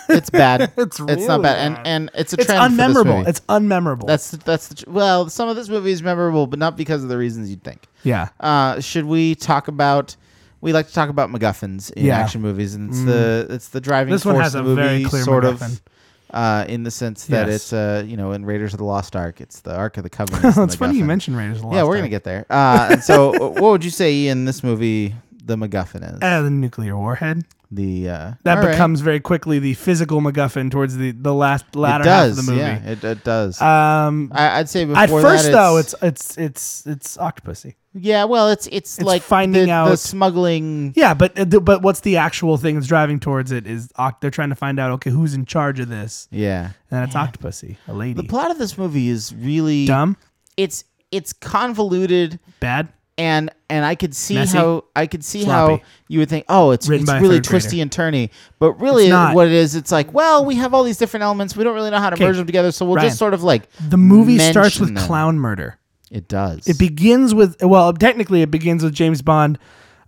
Speaker 4: it's bad.
Speaker 1: [laughs] It's
Speaker 4: it's
Speaker 1: really
Speaker 4: not bad.
Speaker 1: bad.
Speaker 4: And and it's a
Speaker 1: it's
Speaker 4: trend for this
Speaker 1: unmemorable.
Speaker 4: movie.
Speaker 1: It's unmemorable.
Speaker 4: that's that's the, tr- well, some of this movie is memorable, but not because of the reasons you'd think.
Speaker 1: yeah.
Speaker 4: Uh, should we talk about? We like to talk about MacGuffins in
Speaker 1: Yeah. Mm.
Speaker 4: action movies, and it's the it's the driving
Speaker 1: This
Speaker 4: force
Speaker 1: one has
Speaker 4: of
Speaker 1: a
Speaker 4: the movie,
Speaker 1: very clear
Speaker 4: sort
Speaker 1: MacGuffin.
Speaker 4: of. Uh, in the sense that
Speaker 1: Yes.
Speaker 4: it's uh, you know in Raiders of the Lost Ark, it's the Ark
Speaker 1: [laughs]
Speaker 4: of the Covenant. is the
Speaker 1: it's funny you
Speaker 4: MacGuffin.
Speaker 1: mentioned Raiders.
Speaker 4: Yeah, we're gonna get there. Uh,
Speaker 1: [laughs]
Speaker 4: and so, uh, what would you say in this movie the MacGuffin is?
Speaker 1: uh, the nuclear warhead
Speaker 4: the uh,
Speaker 1: that
Speaker 4: all right.
Speaker 1: becomes very quickly the physical MacGuffin towards the the last
Speaker 4: it
Speaker 1: latter half
Speaker 4: does.
Speaker 1: of the movie.
Speaker 4: Yeah, it, it does.
Speaker 1: Um,
Speaker 4: I, I'd say before
Speaker 1: at first
Speaker 4: that,
Speaker 1: though, it's it's it's it's Octopussy.
Speaker 4: yeah. Well, it's it's,
Speaker 1: it's
Speaker 4: like
Speaker 1: finding
Speaker 4: the,
Speaker 1: out-
Speaker 4: the smuggling.
Speaker 1: Yeah, but but what's the actual thing that's driving towards it is Oct- they're trying to find out okay who's in charge of this.
Speaker 4: Yeah,
Speaker 1: And it's Octopussy, a lady.
Speaker 4: the plot of this movie is really
Speaker 1: Dumb,
Speaker 4: It's it's convoluted.
Speaker 1: bad.
Speaker 4: and and I could see
Speaker 1: Messy.
Speaker 4: how I could see
Speaker 1: Sloppy.
Speaker 4: how you would think, oh, it's
Speaker 1: Written
Speaker 4: it's
Speaker 1: by a
Speaker 4: really
Speaker 1: third grader.
Speaker 4: twisty and turny, but really
Speaker 1: It's not.
Speaker 4: what it is, it's like, well, we have all these different elements, we don't really know how to
Speaker 1: Okay,
Speaker 4: merge them together, so we'll
Speaker 1: Ryan,
Speaker 4: just sort of like
Speaker 1: The movie starts
Speaker 4: mention
Speaker 1: with
Speaker 4: them.
Speaker 1: clown murder.
Speaker 4: It does.
Speaker 1: It begins with well, technically it begins with James Bond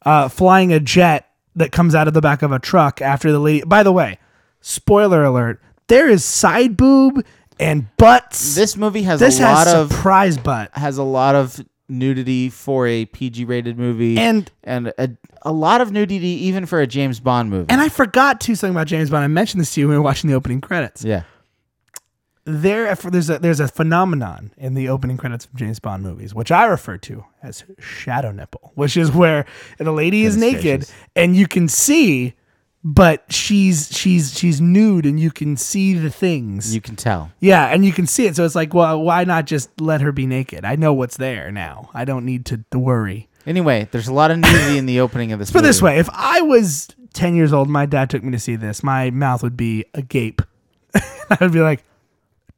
Speaker 1: uh, flying a jet that comes out of the back of a truck after the lady. By the way, spoiler alert: there is side boob and butts.
Speaker 4: this movie has
Speaker 1: This
Speaker 4: a lot
Speaker 1: has
Speaker 4: of
Speaker 1: surprise butt.
Speaker 4: has a lot of nudity for a PG rated movie
Speaker 1: And-
Speaker 4: and a, a lot of nudity even for a James Bond movie.
Speaker 1: And I forgot too something about James Bond. I mentioned this to you when we were watching the opening credits.
Speaker 4: yeah.
Speaker 1: there there's a there's a phenomenon in the opening credits of James Bond movies, which I refer to as shadow nipple, which is where the lady is
Speaker 4: Goodness
Speaker 1: naked
Speaker 4: gracious.
Speaker 1: and you can see, but she's she's she's nude and you can see the things.
Speaker 4: You can tell.
Speaker 1: yeah, and you can see it. So it's like, well, why not just let her be naked? I know what's there now. I don't need to, to worry.
Speaker 4: Anyway, there's a lot of nudity in the opening of this
Speaker 1: Put it this
Speaker 4: movie.
Speaker 1: way, if I was ten years old, and my dad took me to see this, my mouth would be agape. [laughs] I would be like,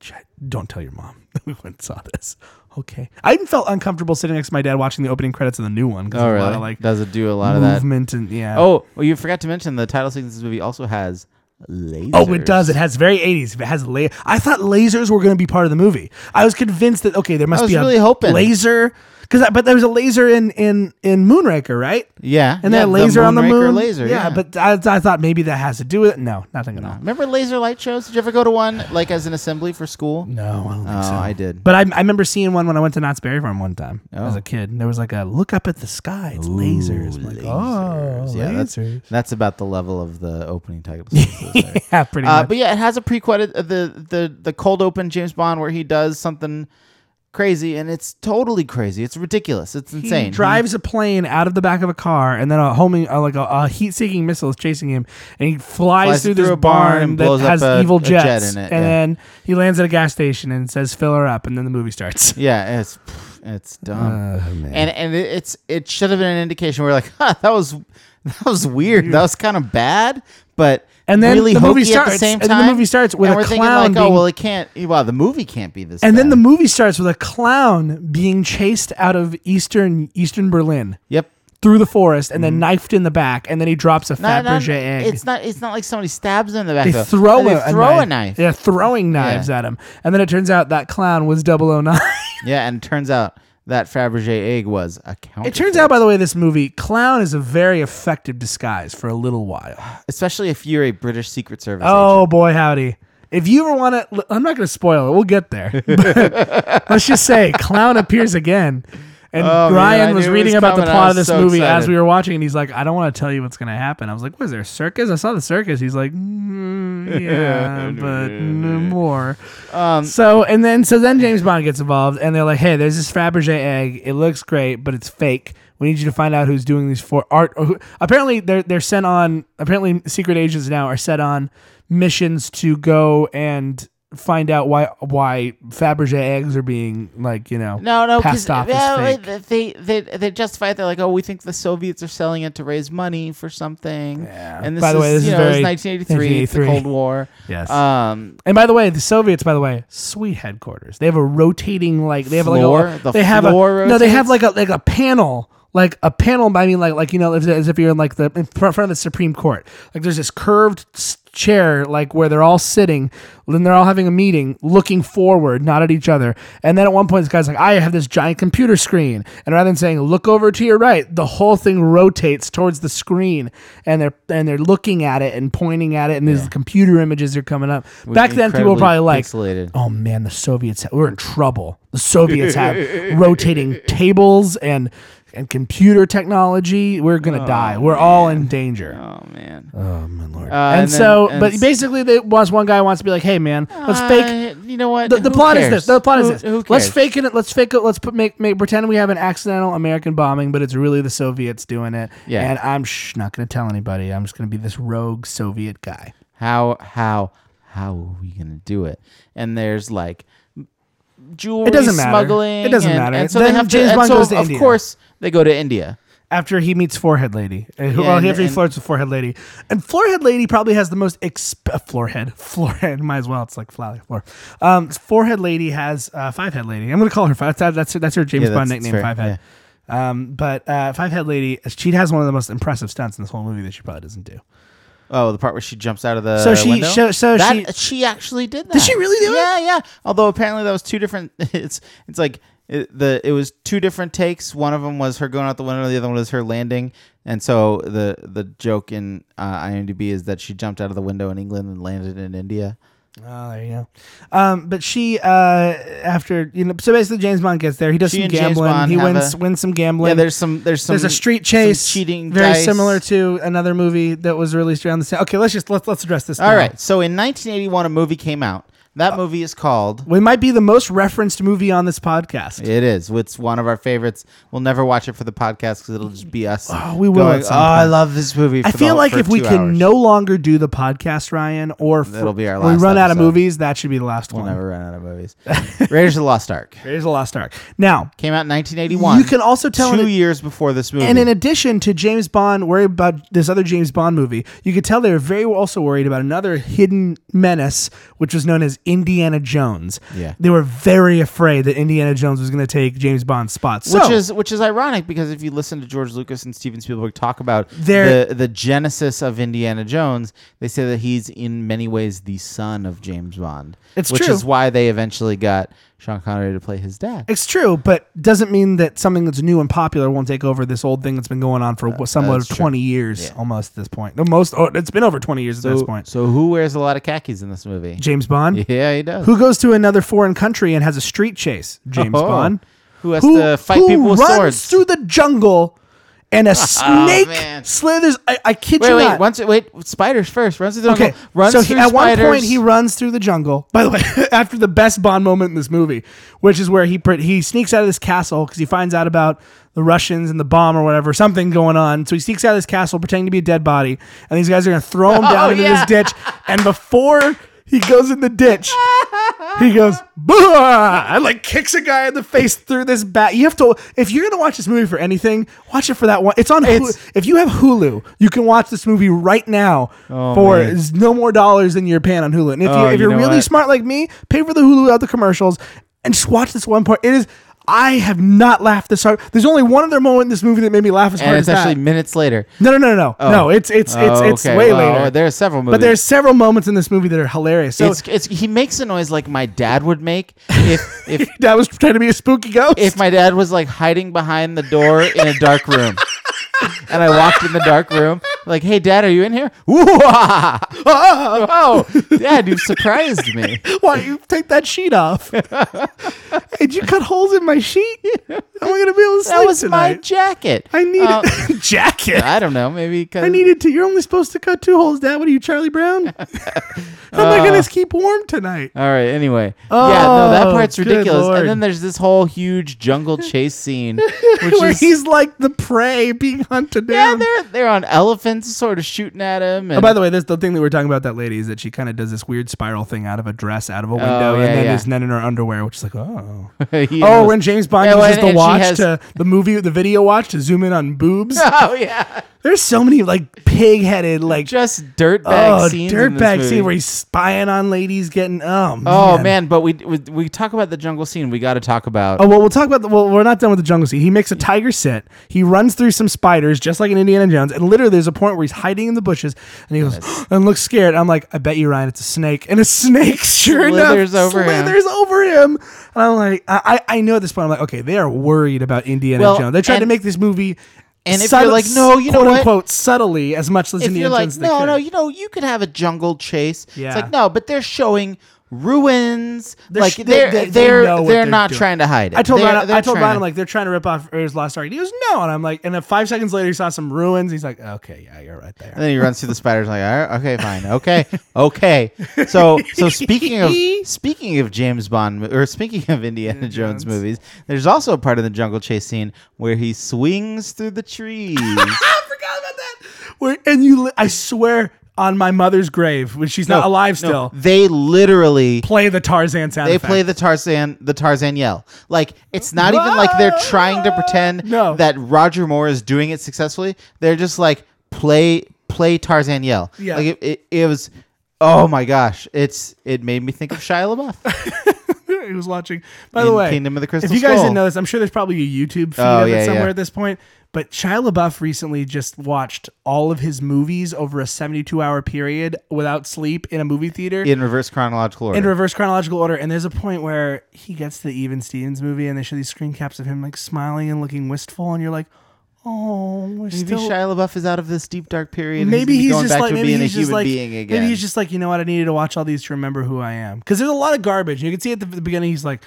Speaker 1: "Ch- "Don't tell your mom [laughs] we went and saw this." Okay, I even felt uncomfortable sitting next to my dad watching the opening credits of the new one because
Speaker 4: Oh,
Speaker 1: a
Speaker 4: really?
Speaker 1: lot of like
Speaker 4: does it do a lot of that?
Speaker 1: movement and yeah.
Speaker 4: Oh, well, you forgot to mention the title sequence of this movie also has lasers.
Speaker 1: Oh, it does. It has very 80s. It has la- I thought lasers were going to be part of the movie. I was convinced that okay, there must
Speaker 4: was
Speaker 1: be a
Speaker 4: really hoping.
Speaker 1: laser cuz but there was a laser in in in Moonraker, right?
Speaker 4: Yeah,
Speaker 1: And
Speaker 4: yeah,
Speaker 1: that laser on the
Speaker 4: Moonraker
Speaker 1: moon.
Speaker 4: Laser, yeah.
Speaker 1: but I, I thought maybe that has to do with it. No, nothing at all.
Speaker 4: remember laser light shows? Did you ever go to one like as an assembly for school?
Speaker 1: No, I don't
Speaker 4: oh, I did.
Speaker 1: But I, I remember seeing one when I went to Knott's Berry Farm one time
Speaker 4: Oh.
Speaker 1: as a kid. And there was like a look up at the sky. It's lasers. I'm like, oh,
Speaker 4: yeah,
Speaker 1: [laughs]
Speaker 4: that's
Speaker 1: lasers.
Speaker 4: that's about the level of the opening title.
Speaker 1: [laughs]
Speaker 4: sequences there.
Speaker 1: Yeah, pretty
Speaker 4: uh,
Speaker 1: much.
Speaker 4: but yeah, it has a prequel uh, the the the cold open James Bond where he does something crazy and it's totally crazy. It's ridiculous. It's
Speaker 1: he
Speaker 4: insane. He-
Speaker 1: drives a plane out of the back of a car, and then a homing, uh, like a, a heat-seeking missile is chasing him, and he flies,
Speaker 4: Flies
Speaker 1: through,
Speaker 4: through
Speaker 1: this
Speaker 4: a barn
Speaker 1: barn
Speaker 4: and
Speaker 1: that
Speaker 4: blows up
Speaker 1: has
Speaker 4: a-
Speaker 1: evil
Speaker 4: a jet
Speaker 1: jets,
Speaker 4: in
Speaker 1: and
Speaker 4: it, yeah.
Speaker 1: then he lands at a gas station and says, "Fill her up," and then the movie starts.
Speaker 4: Yeah, it's it's dumb.
Speaker 1: Oh,
Speaker 4: And and it, it's it should have been an indication where like, [laughs] huh, that was that was weird. That was kind of bad, but
Speaker 1: And then
Speaker 4: really
Speaker 1: the movie
Speaker 4: hokey at
Speaker 1: starts-
Speaker 4: the same
Speaker 1: and
Speaker 4: time.
Speaker 1: then the movie starts with
Speaker 4: and
Speaker 1: a
Speaker 4: we're thinking
Speaker 1: clown
Speaker 4: like,
Speaker 1: being-
Speaker 4: oh well, it can't. Wow, the movie can't be this.
Speaker 1: And then the movie starts with a clown being chased out of eastern Eastern Berlin
Speaker 4: yep.
Speaker 1: through the forest, and then knifed in the back, and then he drops a
Speaker 4: Not-
Speaker 1: Fabergé
Speaker 4: not-
Speaker 1: egg.
Speaker 4: Mm-hmm. It's not. It's not like somebody stabs him in the back.
Speaker 1: they
Speaker 4: though.
Speaker 1: throw,
Speaker 4: they
Speaker 1: a, a
Speaker 4: throw
Speaker 1: knife.
Speaker 4: a knife.
Speaker 1: Yeah, throwing knives at him, and then it turns out that clown was 009.
Speaker 4: Yeah, and it turns out that Fabergé egg was a counterfeit.
Speaker 1: It turns out, by the way, this movie clown is a very effective disguise for a little while.
Speaker 4: especially if you're a British Secret Service. agent.
Speaker 1: Oh boy, howdy! If you ever want to, I'm not going to spoil it. We'll get there. [laughs] But let's just say clown appears again, and
Speaker 4: Oh, man,
Speaker 1: Ryan
Speaker 4: I
Speaker 1: was
Speaker 4: knew it
Speaker 1: reading
Speaker 4: was
Speaker 1: about the
Speaker 4: coming. I
Speaker 1: plot of
Speaker 4: was
Speaker 1: this
Speaker 4: so
Speaker 1: movie
Speaker 4: excited.
Speaker 1: as we were watching, and he's like, "I don't want to tell you what's going to happen." I was like, "Was there a circus?" I saw the circus. He's like, mm,
Speaker 4: [laughs]
Speaker 1: Mm, yeah, but no more. so and then so then James Bond gets involved, and they're like, "Hey, there's this Fabergé egg. It looks great, but it's fake. We need you to find out who's doing these for art." Or who, apparently, they're they're sent on. Apparently, secret agents now are set on missions to go and find out why why Fabergé eggs are being like you know
Speaker 4: No, no, because
Speaker 1: passed off as fake.
Speaker 4: they, they they justify it. They're like, oh, we think the Soviets are selling it to raise money for something. Yeah. And this
Speaker 1: By the
Speaker 4: is,
Speaker 1: way, this
Speaker 4: you
Speaker 1: is
Speaker 4: know,
Speaker 1: very
Speaker 4: it's 1983, it's the
Speaker 1: 1983.
Speaker 4: Cold War.
Speaker 1: Yes.
Speaker 4: Um,
Speaker 1: And by the way, the Soviets, by the way, sweet headquarters. They have a rotating like they have
Speaker 4: Floor?
Speaker 1: like a
Speaker 4: The
Speaker 1: they have
Speaker 4: floor
Speaker 1: a, no they have like
Speaker 4: rotates?
Speaker 1: a like a panel like a panel. I mean like like you know as, as if you're in like the in front of the Supreme Court. Like there's this curved s- chair like where they're all sitting and they're all having a meeting, looking forward, not at each other. And then at one point, this guy's like, "I have this giant computer screen," and rather than saying "look over to your right," the whole thing rotates towards the screen, and they're and they're looking at it and pointing at it, and these computer images are coming up. Back then, people were
Speaker 4: incredibly
Speaker 1: probably like,
Speaker 4: pixelated.
Speaker 1: "Oh man, the Soviets, ha- we're in trouble. The Soviets
Speaker 4: [laughs]
Speaker 1: have rotating tables and and computer technology. We're gonna die. We're all in danger."
Speaker 4: oh man.
Speaker 1: Lord.
Speaker 4: Uh,
Speaker 1: and,
Speaker 4: and then-
Speaker 1: so,
Speaker 4: and
Speaker 1: but
Speaker 4: s-
Speaker 1: basically, they wants one guy wants to be like, "Hey man, let's fake."
Speaker 4: Uh, you know what?
Speaker 1: The, the
Speaker 4: Who
Speaker 1: plot is
Speaker 4: cares?
Speaker 1: this. The plot is
Speaker 4: Who-
Speaker 1: this.
Speaker 4: Who cares?
Speaker 1: Let's fake it. Let's fake it. Let's put, make make pretend we have an accidental American bombing, but it's really the Soviets doing it.
Speaker 4: Yeah.
Speaker 1: And I'm shh, not going to tell anybody. I'm just going to be this rogue Soviet guy.
Speaker 4: How how how are we gonna do it? And there's like jewelry
Speaker 1: doesn't matter.
Speaker 4: smuggling.
Speaker 1: It doesn't
Speaker 4: and,
Speaker 1: matter.
Speaker 4: And so
Speaker 1: Then
Speaker 4: they have
Speaker 1: James
Speaker 4: to, and
Speaker 1: Bond
Speaker 4: so
Speaker 1: goes to
Speaker 4: of
Speaker 1: India.
Speaker 4: course they go to India.
Speaker 1: After he meets Forehead Lady, Uh, who-
Speaker 4: Yeah,
Speaker 1: well,
Speaker 4: and-
Speaker 1: after he
Speaker 4: and-
Speaker 1: flirts with Forehead Lady, and Forehead Lady probably has the most exp- uh, [laughs] Floorhead, Floorhead, might as well. It's like flower floor. Um, Forehead Lady has uh, Five Head Lady. I'm going to call her Five. That's that's her, that's her James
Speaker 4: Yeah,
Speaker 1: Bond
Speaker 4: that's-
Speaker 1: nickname,
Speaker 4: that's
Speaker 1: Five
Speaker 4: fair,
Speaker 1: Head. Um, but uh, Five Head Lady, she has one of the most impressive stunts in this whole movie that she probably doesn't do.
Speaker 4: Oh, the part where she jumps out of the
Speaker 1: So she-
Speaker 4: window?
Speaker 1: so- so
Speaker 4: That-
Speaker 1: she-
Speaker 4: actually did that.
Speaker 1: she really do it?
Speaker 4: Yeah, yeah. Although apparently that was two different. [laughs] It's it's like it, the it was two different takes. One of them was her going out the window. The other one was her landing. And so the the joke in uh, IMDb is that she jumped out of the window in England and landed in India.
Speaker 1: Oh,
Speaker 4: Ah,
Speaker 1: there you go. Um, but she, uh, after you know, so basically James Bond gets there. He does
Speaker 4: She
Speaker 1: some
Speaker 4: and James
Speaker 1: gambling.
Speaker 4: Bond
Speaker 1: He
Speaker 4: have
Speaker 1: wins
Speaker 4: a-
Speaker 1: wins some gambling.
Speaker 4: yeah, there's some there's some
Speaker 1: there's a street
Speaker 4: some
Speaker 1: chase,
Speaker 4: cheating,
Speaker 1: very
Speaker 4: dice.
Speaker 1: similar to another movie that was released around the same. Okay, let's just let's let's address this.
Speaker 4: All
Speaker 1: now.
Speaker 4: right. So in 1981, a movie came out.
Speaker 1: Uh,
Speaker 4: That movie is called.
Speaker 1: we might be the most referenced movie on this podcast.
Speaker 4: It is. It's one of our favorites. We'll never watch it for the podcast because it'll just be us.
Speaker 1: Oh, we will at
Speaker 4: Going, oh,
Speaker 1: some
Speaker 4: I
Speaker 1: point."
Speaker 4: love this movie. For
Speaker 1: I
Speaker 4: the
Speaker 1: feel
Speaker 4: whole-
Speaker 1: like
Speaker 4: for
Speaker 1: if we
Speaker 4: two
Speaker 1: can
Speaker 4: hours.
Speaker 1: no longer do the podcast, Ryan, or if
Speaker 4: That'll be our
Speaker 1: we
Speaker 4: last
Speaker 1: run out of
Speaker 4: episode.
Speaker 1: movies, that should be the last
Speaker 4: we'll
Speaker 1: one.
Speaker 4: never run out of
Speaker 1: [laughs]
Speaker 4: movies. Raiders of the Lost Ark
Speaker 1: Here's a lost ark. Now
Speaker 4: came out in 1981.
Speaker 1: You can also tell
Speaker 4: two
Speaker 1: it-
Speaker 4: years before this movie.
Speaker 1: And in addition to James Bond, worried about this other James Bond movie, you could tell they were very also worried about another hidden menace, which was known as Indiana Jones.
Speaker 4: Yeah.
Speaker 1: They were very afraid that Indiana Jones was going to take James Bond's spot. So,
Speaker 4: which is which is ironic because if you listen to George Lucas and Steven Spielberg talk about
Speaker 1: They're-
Speaker 4: the the genesis of Indiana Jones, they say that he's in many ways the son of James Bond.
Speaker 1: It's
Speaker 4: which
Speaker 1: true.
Speaker 4: is why they eventually got Sean Connery to play his dad.
Speaker 1: it's true, but doesn't mean that something that's new and popular won't take over this old thing that's been going on for what somewhat
Speaker 4: that's true.
Speaker 1: 20 years
Speaker 4: Yeah.
Speaker 1: almost at this point. The most, oh, it's been over 20 years at this point.
Speaker 4: So who wears a lot of khakis in this movie?
Speaker 1: James Bond,
Speaker 4: [laughs] Yeah, he does.
Speaker 1: who goes to another foreign country and has a street chase, James
Speaker 4: Oh.
Speaker 1: Bond.
Speaker 4: Who has to fight
Speaker 1: who
Speaker 4: people with
Speaker 1: runs
Speaker 4: swords? Ah,
Speaker 1: through the jungle and
Speaker 4: [laughs]
Speaker 1: a snake
Speaker 4: man.
Speaker 1: slithers. I, I kid
Speaker 4: wait,
Speaker 1: you
Speaker 4: wait,
Speaker 1: not.
Speaker 4: once wait, spiders first. Runs through the
Speaker 1: okay,
Speaker 4: jungle, runs
Speaker 1: so he,
Speaker 4: through
Speaker 1: at one
Speaker 4: spiders.
Speaker 1: point he runs through the jungle. By the way, [laughs] after the best Bond moment in this movie, which is where he pr- he sneaks out of this castle because he finds out about the Russians and the bomb or whatever something going on. So he sneaks out of this castle pretending to be a dead body, and these guys are gonna throw
Speaker 4: [laughs] Oh,
Speaker 1: him down into this ditch. And before he goes in the
Speaker 4: [laughs]
Speaker 1: ditch. He goes, "Bah!" and like kicks a guy in the face through this bat. You have to, if you're gonna watch this movie for anything, watch it for that one. It's on. Hulu. if you have Hulu, you can watch this movie right now for s- no more dollars than you're paying on Hulu. And if, you, if
Speaker 4: Oh, you
Speaker 1: you're
Speaker 4: know
Speaker 1: really
Speaker 4: what?
Speaker 1: smart like me, pay for the Hulu without the commercials and just watch this one part. It is. I have not laughed this hard. There's only one other moment in this movie that made me laugh as hard
Speaker 4: and it's
Speaker 1: as
Speaker 4: actually
Speaker 1: that.
Speaker 4: minutes later.
Speaker 1: No, no, no, no, no. No, it's it's it's
Speaker 4: Oh,
Speaker 1: it's
Speaker 4: okay.
Speaker 1: way
Speaker 4: Well,
Speaker 1: later.
Speaker 4: there are several
Speaker 1: but
Speaker 4: movies.
Speaker 1: there's several moments in this movie that are hilarious. So
Speaker 4: it's, it's he makes a noise like my dad would make
Speaker 1: [laughs]
Speaker 4: if if
Speaker 1: that was trying to be a spooky ghost.
Speaker 4: if my dad was like hiding behind the door in a dark room, and I walked in the dark room, like, hey, dad, are you in here? [laughs] Woo-ah! Oh, dad, you've surprised
Speaker 1: [laughs]
Speaker 4: me.
Speaker 1: Why don't you take that sheet
Speaker 4: [laughs]
Speaker 1: off? Did you cut holes in my sheet? Am I gonna be able to sleep
Speaker 4: That was my
Speaker 1: tonight?
Speaker 4: jacket.
Speaker 1: I need
Speaker 4: Uh,
Speaker 1: a [laughs] jacket.
Speaker 4: [laughs] I don't know. Maybe
Speaker 1: I
Speaker 4: because
Speaker 1: needed to. You're only supposed to cut two holes, Dad. What are you, Charlie
Speaker 4: [laughs]
Speaker 1: Brown? How am I
Speaker 4: Uh,
Speaker 1: gonna keep warm tonight?
Speaker 4: All right. Anyway, yeah, no, that
Speaker 1: Oh,
Speaker 4: part's
Speaker 1: good
Speaker 4: ridiculous.
Speaker 1: lord.
Speaker 4: And then there's this whole huge jungle
Speaker 1: [laughs]
Speaker 4: chase scene, which
Speaker 1: Where
Speaker 4: is
Speaker 1: he's like the prey being hunted
Speaker 4: yeah,
Speaker 1: down.
Speaker 4: they're they're on elephants, sort of shooting at him. And,
Speaker 1: Oh, by the way, that's the thing that we're talking about. That lady is that she kind of does this weird spiral thing out of a dress, out of a window,
Speaker 4: Oh, yeah,
Speaker 1: and then
Speaker 4: yeah.
Speaker 1: is then in her underwear, which is like, oh,
Speaker 4: [laughs] he
Speaker 1: oh,
Speaker 4: was-
Speaker 1: when James Bond
Speaker 4: Yeah, well,
Speaker 1: uses
Speaker 4: and- and
Speaker 1: the
Speaker 4: she
Speaker 1: watch
Speaker 4: has-
Speaker 1: to the movie, the video watch to zoom in on boobs.
Speaker 4: [laughs] oh yeah,
Speaker 1: There's so many like pig-headed, like
Speaker 4: just dirtbag
Speaker 1: oh,
Speaker 4: scenes. in this
Speaker 1: dirtbag
Speaker 4: movie.
Speaker 1: scene where he's spying on ladies, getting oh man.
Speaker 4: Oh man, but we, we we talk about the jungle scene. We got to talk about.
Speaker 1: Oh well, we'll talk about the. Well, we're not done with the jungle scene. He makes a tiger sit. He runs through some spiders, just like in Indiana Jones. And literally, there's a point where he's hiding in the bushes, and he goes [gasps] and looks scared. I'm like, I bet you, Ryan, it's a snake. And a
Speaker 4: [laughs]
Speaker 1: snake, sure
Speaker 4: Slithers
Speaker 1: enough,
Speaker 4: over him.
Speaker 1: slithers over him. And I'm like, I, I I know at this point, I'm like, okay, they are worried about Indiana
Speaker 4: Well,
Speaker 1: Jones. They tried to
Speaker 4: and-
Speaker 1: make this movie.
Speaker 4: and if
Speaker 1: subtle-
Speaker 4: you're like, no, you know
Speaker 1: quote
Speaker 4: what?
Speaker 1: unquote, subtly as much as
Speaker 4: if
Speaker 1: Indiana
Speaker 4: you're like,
Speaker 1: Jones. they
Speaker 4: no,
Speaker 1: could."
Speaker 4: no, you know, you could have a jungle chase.
Speaker 1: Yeah.
Speaker 4: It's like no, but they're showing ruins.
Speaker 1: They're
Speaker 4: like
Speaker 1: sh- they-
Speaker 4: they're
Speaker 1: they-
Speaker 4: they, are
Speaker 1: they
Speaker 4: they are
Speaker 1: know what
Speaker 4: they're
Speaker 1: they're
Speaker 4: not
Speaker 1: doing.
Speaker 4: trying to hide it.
Speaker 1: I told
Speaker 4: They're-
Speaker 1: Ryan,
Speaker 4: they're
Speaker 1: I told
Speaker 4: trying
Speaker 1: Ryan,
Speaker 4: to-
Speaker 1: I'm like, they're trying to rip off Ear's Lost Ark. And he goes, no. And I'm like, and then five seconds later, he saw some ruins. He's like, okay, yeah, you're right there.
Speaker 4: [laughs] And then he runs through the spiders like, all right, okay,
Speaker 1: [laughs]
Speaker 4: fine, okay, okay. So, so speaking of speaking of James Bond mo- or speaking of Indiana Jones movies, there's also a part of the jungle chase scene where he swings through the trees.
Speaker 1: I forgot about that. Where, and you, li- I swear on my mother's grave, when she's not
Speaker 4: No,
Speaker 1: alive
Speaker 4: no,
Speaker 1: still,
Speaker 4: they literally
Speaker 1: play the Tarzan sound
Speaker 4: they
Speaker 1: effect.
Speaker 4: play the Tarzan the Tarzan yell. Like it's not even like they're trying to pretend
Speaker 1: No.
Speaker 4: that Roger Moore is doing it successfully. They're just like play play Tarzan yell.
Speaker 1: Yeah.
Speaker 4: Like it, it, it was oh my gosh. It's it made me think of Shia
Speaker 1: [laughs]
Speaker 4: LaBeouf.
Speaker 1: he was watching. By
Speaker 4: In
Speaker 1: the way,
Speaker 4: Kingdom of the Crystal
Speaker 1: If you guys
Speaker 4: Skull.
Speaker 1: didn't know this, I'm sure there's probably a YouTube feed
Speaker 4: Oh,
Speaker 1: of it
Speaker 4: yeah,
Speaker 1: somewhere
Speaker 4: yeah.
Speaker 1: at this point. But Shia LaBeouf recently just watched all of his movies over a 72 hour period without sleep in a movie theater.
Speaker 4: in reverse chronological order.
Speaker 1: in reverse chronological order. And there's a point where he gets to the Even Stevens movie, and they show these screen caps of him like smiling and looking wistful, and you're like, oh, we're
Speaker 4: maybe
Speaker 1: still.
Speaker 4: Shia LaBeouf is out of this deep dark period. and
Speaker 1: Maybe
Speaker 4: gonna be
Speaker 1: he's
Speaker 4: going
Speaker 1: just
Speaker 4: back
Speaker 1: like
Speaker 4: to
Speaker 1: maybe
Speaker 4: being
Speaker 1: he's
Speaker 4: a
Speaker 1: just
Speaker 4: human
Speaker 1: like
Speaker 4: being again.
Speaker 1: maybe he's just like you know what I needed to watch all these to remember who I am because there's a lot of garbage. You can see at the the beginning he's like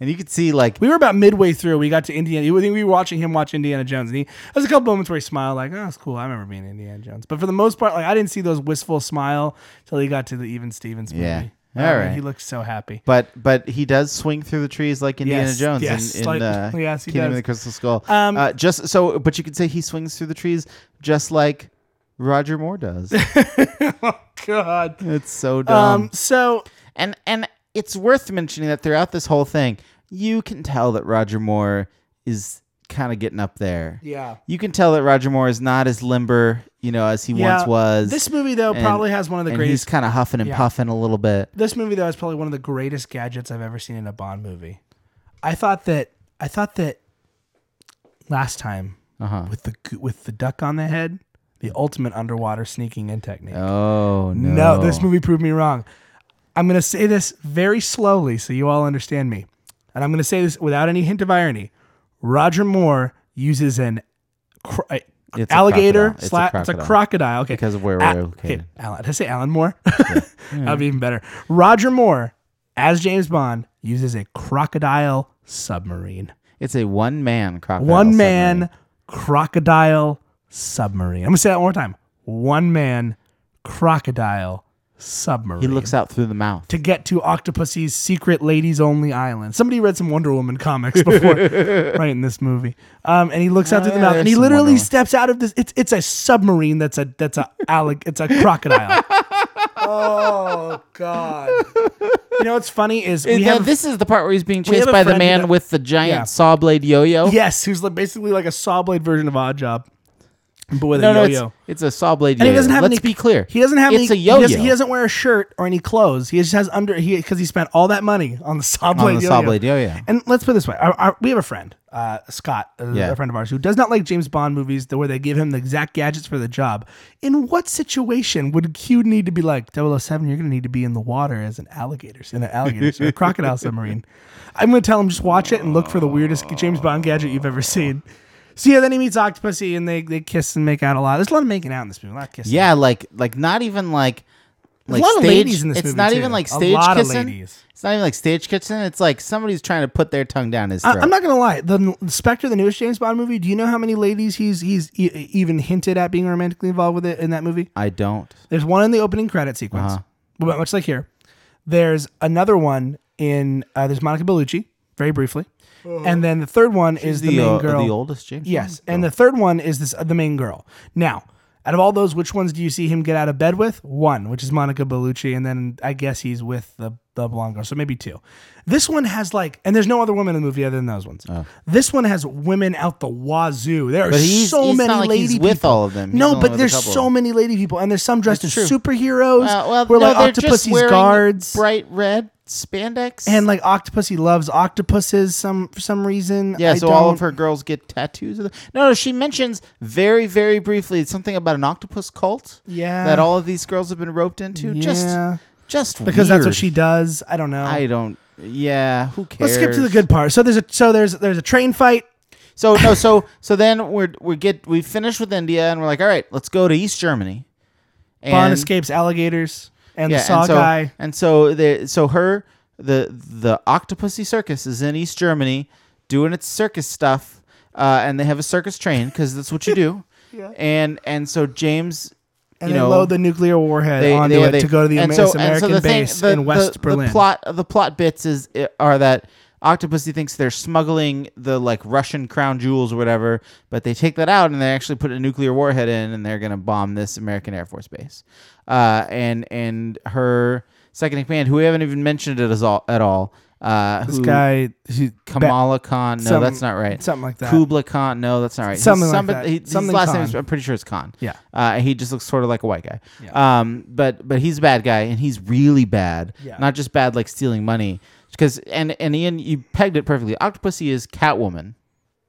Speaker 4: and you could see like
Speaker 1: we were about midway through we got to Indiana. We we were watching him watch Indiana Jones and he there's a couple moments where he smiled like oh that's cool I remember being Indiana Jones but for the most part like I didn't see those wistful smile till he got to the Even Stevens movie.
Speaker 4: Yeah.
Speaker 1: Oh,
Speaker 4: All
Speaker 1: man,
Speaker 4: right.
Speaker 1: he looked so happy.
Speaker 4: but but he does swing through the trees like Indiana
Speaker 1: Yes,
Speaker 4: Jones
Speaker 1: yes,
Speaker 4: in, in
Speaker 1: like-
Speaker 4: uh,
Speaker 1: [laughs] yes, he
Speaker 4: Kingdom
Speaker 1: does.
Speaker 4: of the Crystal Skull.
Speaker 1: Um,
Speaker 4: uh, just so, but you could say he swings through the trees just like Roger Moore
Speaker 1: [laughs]
Speaker 4: does.
Speaker 1: God.
Speaker 4: it's so dumb.
Speaker 1: Um. So
Speaker 4: and and it's worth mentioning that throughout this whole thing, you can tell that Roger Moore is kind of getting up there.
Speaker 1: yeah.
Speaker 4: You can tell that Roger Moore is not as limber, you know, as he once was.
Speaker 1: This movie though
Speaker 4: And-
Speaker 1: probably has one of the
Speaker 4: and
Speaker 1: greatest.
Speaker 4: he's kind of huffing and
Speaker 1: Yeah.
Speaker 4: puffing a little bit.
Speaker 1: this movie though is probably one of the greatest gadgets I've ever seen in a Bond movie. I thought that. I thought that. Last time
Speaker 4: Uh-huh.
Speaker 1: with the g- with the duck on the head, the ultimate underwater sneaking in technique.
Speaker 4: Oh no!
Speaker 1: no, this movie proved me wrong. I'm gonna say this very slowly so you all understand me, and I'm gonna say this without any hint of irony. Roger Moore uses an. Cr- a
Speaker 4: It's a
Speaker 1: alligator
Speaker 4: crocodile. It's a
Speaker 1: slash it's a
Speaker 4: crocodile.
Speaker 1: crocodile okay
Speaker 4: because of where
Speaker 1: Al-
Speaker 4: we're
Speaker 1: okay.
Speaker 4: located.
Speaker 1: Alan, did I say Alan Moore? [laughs] That'd be even better. Roger Moore, as James Bond, uses a crocodile submarine.
Speaker 4: It's a one man crocodile.
Speaker 1: One man
Speaker 4: submarine.
Speaker 1: crocodile submarine. I'm gonna say that one more time. One man crocodile submarine.
Speaker 4: He looks out through the mouth.
Speaker 1: to get to Octopussy's secret ladies only island. Somebody read some Wonder Woman comics
Speaker 4: [laughs]
Speaker 1: before writing this movie. Um, and he looks out through the
Speaker 4: yeah,
Speaker 1: mouth and
Speaker 4: there's
Speaker 1: he
Speaker 4: Ah, some Wonder
Speaker 1: literally
Speaker 4: Woman.
Speaker 1: steps out of this. It's it's a submarine that's a that's a allig- it's a
Speaker 4: [laughs]
Speaker 1: crocodile. oh god. You know what's funny is we
Speaker 4: Yeah,
Speaker 1: have
Speaker 4: this is the part where he's being
Speaker 1: have
Speaker 4: chased
Speaker 1: a
Speaker 4: by the
Speaker 1: friend who
Speaker 4: man
Speaker 1: does-
Speaker 4: with the giant
Speaker 1: Yeah.
Speaker 4: saw blade yo-yo.
Speaker 1: yes, who's like basically like a saw blade version of Oddjob, but with
Speaker 4: no,
Speaker 1: a
Speaker 4: no,
Speaker 1: yo-yo.
Speaker 4: it's, it's a saw blade.
Speaker 1: And
Speaker 4: yo-yo.
Speaker 1: he doesn't have
Speaker 4: Let's
Speaker 1: any.
Speaker 4: be clear.
Speaker 1: He doesn't have
Speaker 4: It's
Speaker 1: any.
Speaker 4: a yo-yo.
Speaker 1: He doesn't, he doesn't wear a shirt or any clothes. He just has under. He because he spent all that money on the [laughs] saw blade.
Speaker 4: the
Speaker 1: yo-yo.
Speaker 4: saw blade yo-yo.
Speaker 1: And let's put it this way: our, our, we have a friend, uh, Scott, a,
Speaker 4: Yeah.
Speaker 1: a friend of ours, who does not like James Bond movies, the where they give him the exact gadgets for the job. In what situation would Q need to be like 007? You're going to need to be in the water as an alligator, in an alligator, or a
Speaker 4: [laughs]
Speaker 1: crocodile submarine. I'm going to tell him just watch it and look for the weirdest James Bond gadget you've ever seen. So yeah, then he meets Octopussy and they, they kiss and make out a lot. There's a lot of making out in this movie. A lot of kissing.
Speaker 4: Yeah, like like not even like
Speaker 1: There's
Speaker 4: like
Speaker 1: a lot of
Speaker 4: stage.
Speaker 1: ladies in this
Speaker 4: it's
Speaker 1: movie,
Speaker 4: not
Speaker 1: too.
Speaker 4: even like
Speaker 1: A
Speaker 4: stage
Speaker 1: lot of
Speaker 4: kissing.
Speaker 1: ladies.
Speaker 4: It's not even like stage kissing. It's like somebody's trying to put their tongue down his throat.
Speaker 1: I, am not gonna lie. The, the Spectre, the newest James Bond movie. Do you know how many ladies he's he's e- even hinted at being romantically involved with it in that movie?
Speaker 4: I don't.
Speaker 1: There's one in the opening credit sequence,
Speaker 4: Uh-huh.
Speaker 1: but much like here. There's another one in uh, there's Monica Bellucci, very briefly, and then the third one is the, main
Speaker 4: uh,
Speaker 1: girl.
Speaker 4: the oldest James.
Speaker 1: yes, and the third one is this uh, the main girl. Now, out of all those, which ones do you see him get out of bed with? One, which is Monica Bellucci, and then I guess he's with the the blonde girl, so maybe two. This one has like, and there's no other women in the movie other than those ones. This one has women out the wazoo. There are
Speaker 4: Oh. But he's-
Speaker 1: so
Speaker 4: he's not
Speaker 1: many
Speaker 4: like
Speaker 1: lady
Speaker 4: he's
Speaker 1: people.
Speaker 4: with all of them. He's
Speaker 1: no,
Speaker 4: only
Speaker 1: but
Speaker 4: with a
Speaker 1: there's
Speaker 4: couple.
Speaker 1: so many lady people, and there's some dressed
Speaker 4: That's
Speaker 1: as
Speaker 4: true.
Speaker 1: superheroes.
Speaker 4: Uh, well,
Speaker 1: where
Speaker 4: no,
Speaker 1: like
Speaker 4: they're just
Speaker 1: octopuses
Speaker 4: wearing
Speaker 1: guards.
Speaker 4: bright red spandex,
Speaker 1: And like Octopussy loves octopuses some for some reason.
Speaker 4: yeah,
Speaker 1: I
Speaker 4: so all of
Speaker 1: don't-
Speaker 4: her girls get tattoos. Of the- no, no, she mentions very, very briefly something about an octopus cult.
Speaker 1: Yeah.
Speaker 4: that all of these girls have been roped into.
Speaker 1: Yeah.
Speaker 4: Just, just
Speaker 1: because that's what
Speaker 4: weird.
Speaker 1: she does. I don't know.
Speaker 4: I don't. Yeah, who
Speaker 1: Let's
Speaker 4: cares?
Speaker 1: skip to the good part. So there's a so there's there's a train fight.
Speaker 4: So no, so so then we're we get we finish with India and we're like, all right, let's go to East Germany. And,
Speaker 1: Bond escapes alligators and the saw
Speaker 4: and so,
Speaker 1: guy.
Speaker 4: And so the so her the the Octopussy Circus is in East Germany doing its circus stuff, uh, and they have a circus train because that's what
Speaker 1: [laughs]
Speaker 4: you do. yeah. And and so James,
Speaker 1: And
Speaker 4: you
Speaker 1: they
Speaker 4: know,
Speaker 1: load the nuclear warhead onto it to go to the
Speaker 4: and
Speaker 1: Amer-
Speaker 4: so- and so
Speaker 1: American
Speaker 4: the thing-
Speaker 1: base
Speaker 4: the-
Speaker 1: in West
Speaker 4: the,
Speaker 1: Berlin.
Speaker 4: The plot the plot bits is are that Octopussy thinks they're smuggling the like Russian crown jewels or whatever, but they take that out and they actually put a nuclear warhead in and they're gonna bomb this American Air Force base. Uh, and and her second in command, who we haven't even mentioned it as all at all. Uh,
Speaker 1: this
Speaker 4: who-
Speaker 1: guy, he,
Speaker 4: Kamala Khan. No,
Speaker 1: some-
Speaker 4: that's not right.
Speaker 1: something like that.
Speaker 4: Kubla Khan. No, that's not right. He's
Speaker 1: Something like
Speaker 4: somebody-
Speaker 1: that.
Speaker 4: he- his
Speaker 1: Something
Speaker 4: last
Speaker 1: Khan.
Speaker 4: name is, I'm pretty sure it's Khan.
Speaker 1: Yeah.
Speaker 4: Uh, he just looks sort of like a white guy. Um, but but he's a bad guy, and he's really bad.
Speaker 1: Yeah.
Speaker 4: Not just bad like stealing money, because and and Ian, you pegged it perfectly. Octopussy is Catwoman.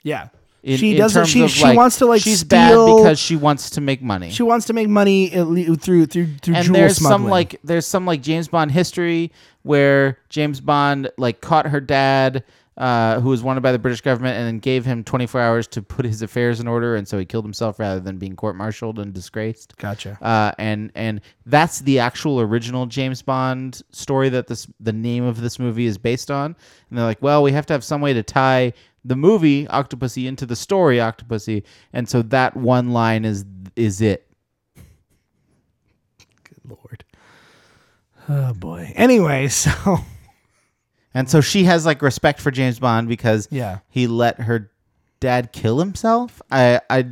Speaker 1: yeah,
Speaker 4: in-
Speaker 1: she
Speaker 4: in
Speaker 1: doesn't.
Speaker 4: terms
Speaker 1: She
Speaker 4: of,
Speaker 1: she wants to like
Speaker 4: she's
Speaker 1: steal.
Speaker 4: bad because she wants to make money.
Speaker 1: she wants to make money ille- through through through
Speaker 4: and
Speaker 1: jewel
Speaker 4: there's
Speaker 1: smuggling.
Speaker 4: some like there's some like James Bond history where James Bond like caught her dad uh, who was wanted by the British government and then gave him 24 hours to put his affairs in order and so he killed himself rather than being court-martialed and disgraced
Speaker 1: Gotcha.
Speaker 4: uh, and and that's the actual original James Bond story that this the name of this movie is based on. And they're like, well, we have to have some way to tie the movie Octopussy into the story Octopussy, and so that one line is is it.
Speaker 1: Lord. Oh boy. Anyway, [laughs] so
Speaker 4: And so she has like respect for James Bond because
Speaker 1: Yeah.
Speaker 4: he let her dad kill himself. I I,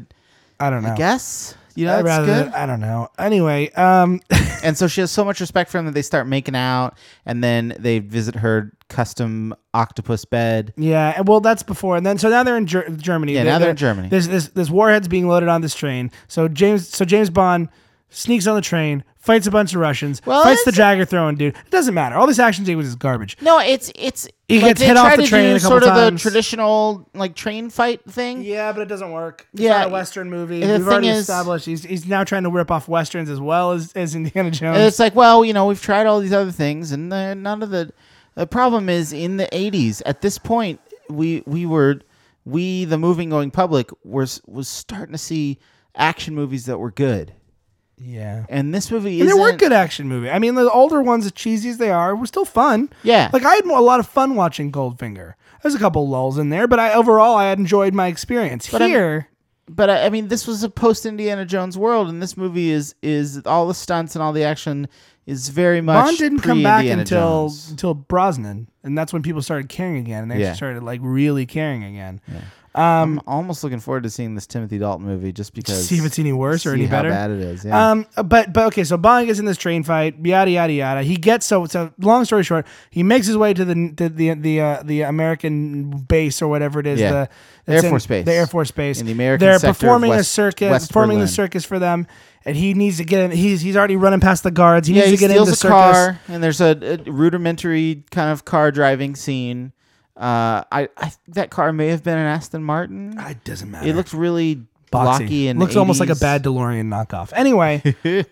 Speaker 1: I don't know.
Speaker 4: I guess you know
Speaker 1: I'd
Speaker 4: that's
Speaker 1: rather
Speaker 4: good.
Speaker 1: I don't know. Anyway, um,
Speaker 4: and so she has so much respect for him that they start making out, and then they visit her custom octopus bed.
Speaker 1: yeah. and- Well, that's before, and then so now they're in Ger- Germany.
Speaker 4: Yeah, now they're in Germany.
Speaker 1: There's this this warheads being loaded on this train. So James, so James Bond sneaks on the train, fights a bunch of Russians,
Speaker 4: Well,
Speaker 1: fights the
Speaker 4: it's-
Speaker 1: Jagger throwing dude. It doesn't matter. All this action sequence is garbage.
Speaker 4: No, it's it's
Speaker 1: He gets
Speaker 4: they
Speaker 1: hit off
Speaker 4: try
Speaker 1: the
Speaker 4: to
Speaker 1: train
Speaker 4: do
Speaker 1: a couple
Speaker 4: sort of the
Speaker 1: times.
Speaker 4: traditional like train fight thing.
Speaker 1: Yeah, but it doesn't work. It's
Speaker 4: Yeah,
Speaker 1: not a Western movie.
Speaker 4: the
Speaker 1: We've
Speaker 4: thing
Speaker 1: already
Speaker 4: is-
Speaker 1: established he's, he's now trying to rip off westerns as well as, as Indiana Jones.
Speaker 4: And it's like, well, you know, we've tried all these other things, and uh, none of the. The problem is in the '80s. At this point, we we were we the moving going public was was starting to see action movies that were good,
Speaker 1: yeah.
Speaker 4: and this movie
Speaker 1: And
Speaker 4: is
Speaker 1: they were good action movie. I mean, the older ones, as cheesy as they are, were still fun.
Speaker 4: Yeah.
Speaker 1: like I had a lot of fun watching Goldfinger. There's a couple lulls in there, but I overall I had enjoyed my experience
Speaker 4: I'm-
Speaker 1: here.
Speaker 4: But I, I mean, this was a post Indiana Jones world, and this movie is is all the stunts and all the action is very much
Speaker 1: Bond didn't come back
Speaker 4: pre-Indiana
Speaker 1: until
Speaker 4: Jones.
Speaker 1: until Brosnan, and that's when people started caring again, and they
Speaker 4: Yeah.
Speaker 1: actually started like really caring again.
Speaker 4: I'm almost looking forward to seeing this Timothy Dalton movie just because
Speaker 1: See if it's any worse or
Speaker 4: see
Speaker 1: any
Speaker 4: how
Speaker 1: better.
Speaker 4: bad it is. Yeah.
Speaker 1: Um, but but okay, so Bond gets in this train fight, yada yada yada. He gets so so. Long story short, he makes his way to the the the the, uh, the American base or whatever it is.
Speaker 4: Yeah.
Speaker 1: the
Speaker 4: Air
Speaker 1: it's in-
Speaker 4: Force Base.
Speaker 1: The Air Force base.
Speaker 4: In the American
Speaker 1: They're
Speaker 4: sector of
Speaker 1: performing a
Speaker 4: West-
Speaker 1: circus,
Speaker 4: West
Speaker 1: performing the
Speaker 4: Berlin.
Speaker 1: circus for them, and he needs to get in. He's he's already running past the guards. He
Speaker 4: yeah,
Speaker 1: needs
Speaker 4: he
Speaker 1: to get
Speaker 4: steals
Speaker 1: in the
Speaker 4: a
Speaker 1: circus.
Speaker 4: car, and there's a, a rudimentary kind of car driving scene. Uh, I, I think that car may have been an Aston Martin.
Speaker 1: It doesn't matter.
Speaker 4: It looked really
Speaker 1: Boxy.
Speaker 4: blocky and
Speaker 1: looks almost like a
Speaker 4: 80s.
Speaker 1: bad DeLorean knockoff.
Speaker 4: [laughs]
Speaker 1: Anyway,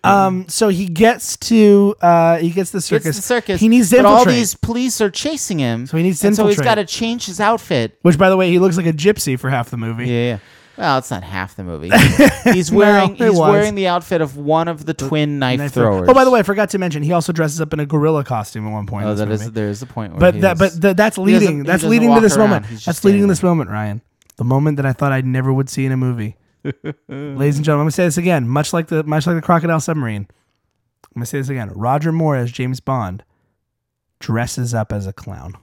Speaker 1: um, so he gets to uh, he gets the
Speaker 4: It's
Speaker 1: circus.
Speaker 4: the circus.
Speaker 1: He needs to
Speaker 4: but all
Speaker 1: infiltrate.
Speaker 4: these police are chasing him.
Speaker 1: So he needs to
Speaker 4: and So he's
Speaker 1: infiltrate. [laughs]
Speaker 4: got to change his outfit.
Speaker 1: Which, by the way, he looks like a gypsy for half the movie.
Speaker 4: Yeah, Well, it's not half
Speaker 1: [laughs]
Speaker 4: the movie. He's wearing
Speaker 1: it
Speaker 4: he's
Speaker 1: was.
Speaker 4: wearing the outfit of one of the twin knife,
Speaker 1: Knife thrower.
Speaker 4: throwers.
Speaker 1: Oh, by the way, I forgot to mention he also dresses up in a gorilla costume at one point.
Speaker 4: oh,
Speaker 1: in this
Speaker 4: that is
Speaker 1: movie.
Speaker 4: there is a point where
Speaker 1: But
Speaker 4: he
Speaker 1: that,
Speaker 4: is-
Speaker 1: but th- that's
Speaker 4: doesn't-
Speaker 1: leading.
Speaker 4: he
Speaker 1: that's
Speaker 4: doesn't
Speaker 1: leading to
Speaker 4: walk
Speaker 1: this
Speaker 4: around.
Speaker 1: moment.
Speaker 4: He's just
Speaker 1: That's leading to
Speaker 4: standing
Speaker 1: this moment, Ryan. The moment that I thought I never would see in a
Speaker 4: [laughs]
Speaker 1: movie. Ladies and gentlemen, I'm gonna say this again. Much like the much like the crocodile submarine, I'm gonna say this again. Roger Moore as James Bond dresses up as a clown,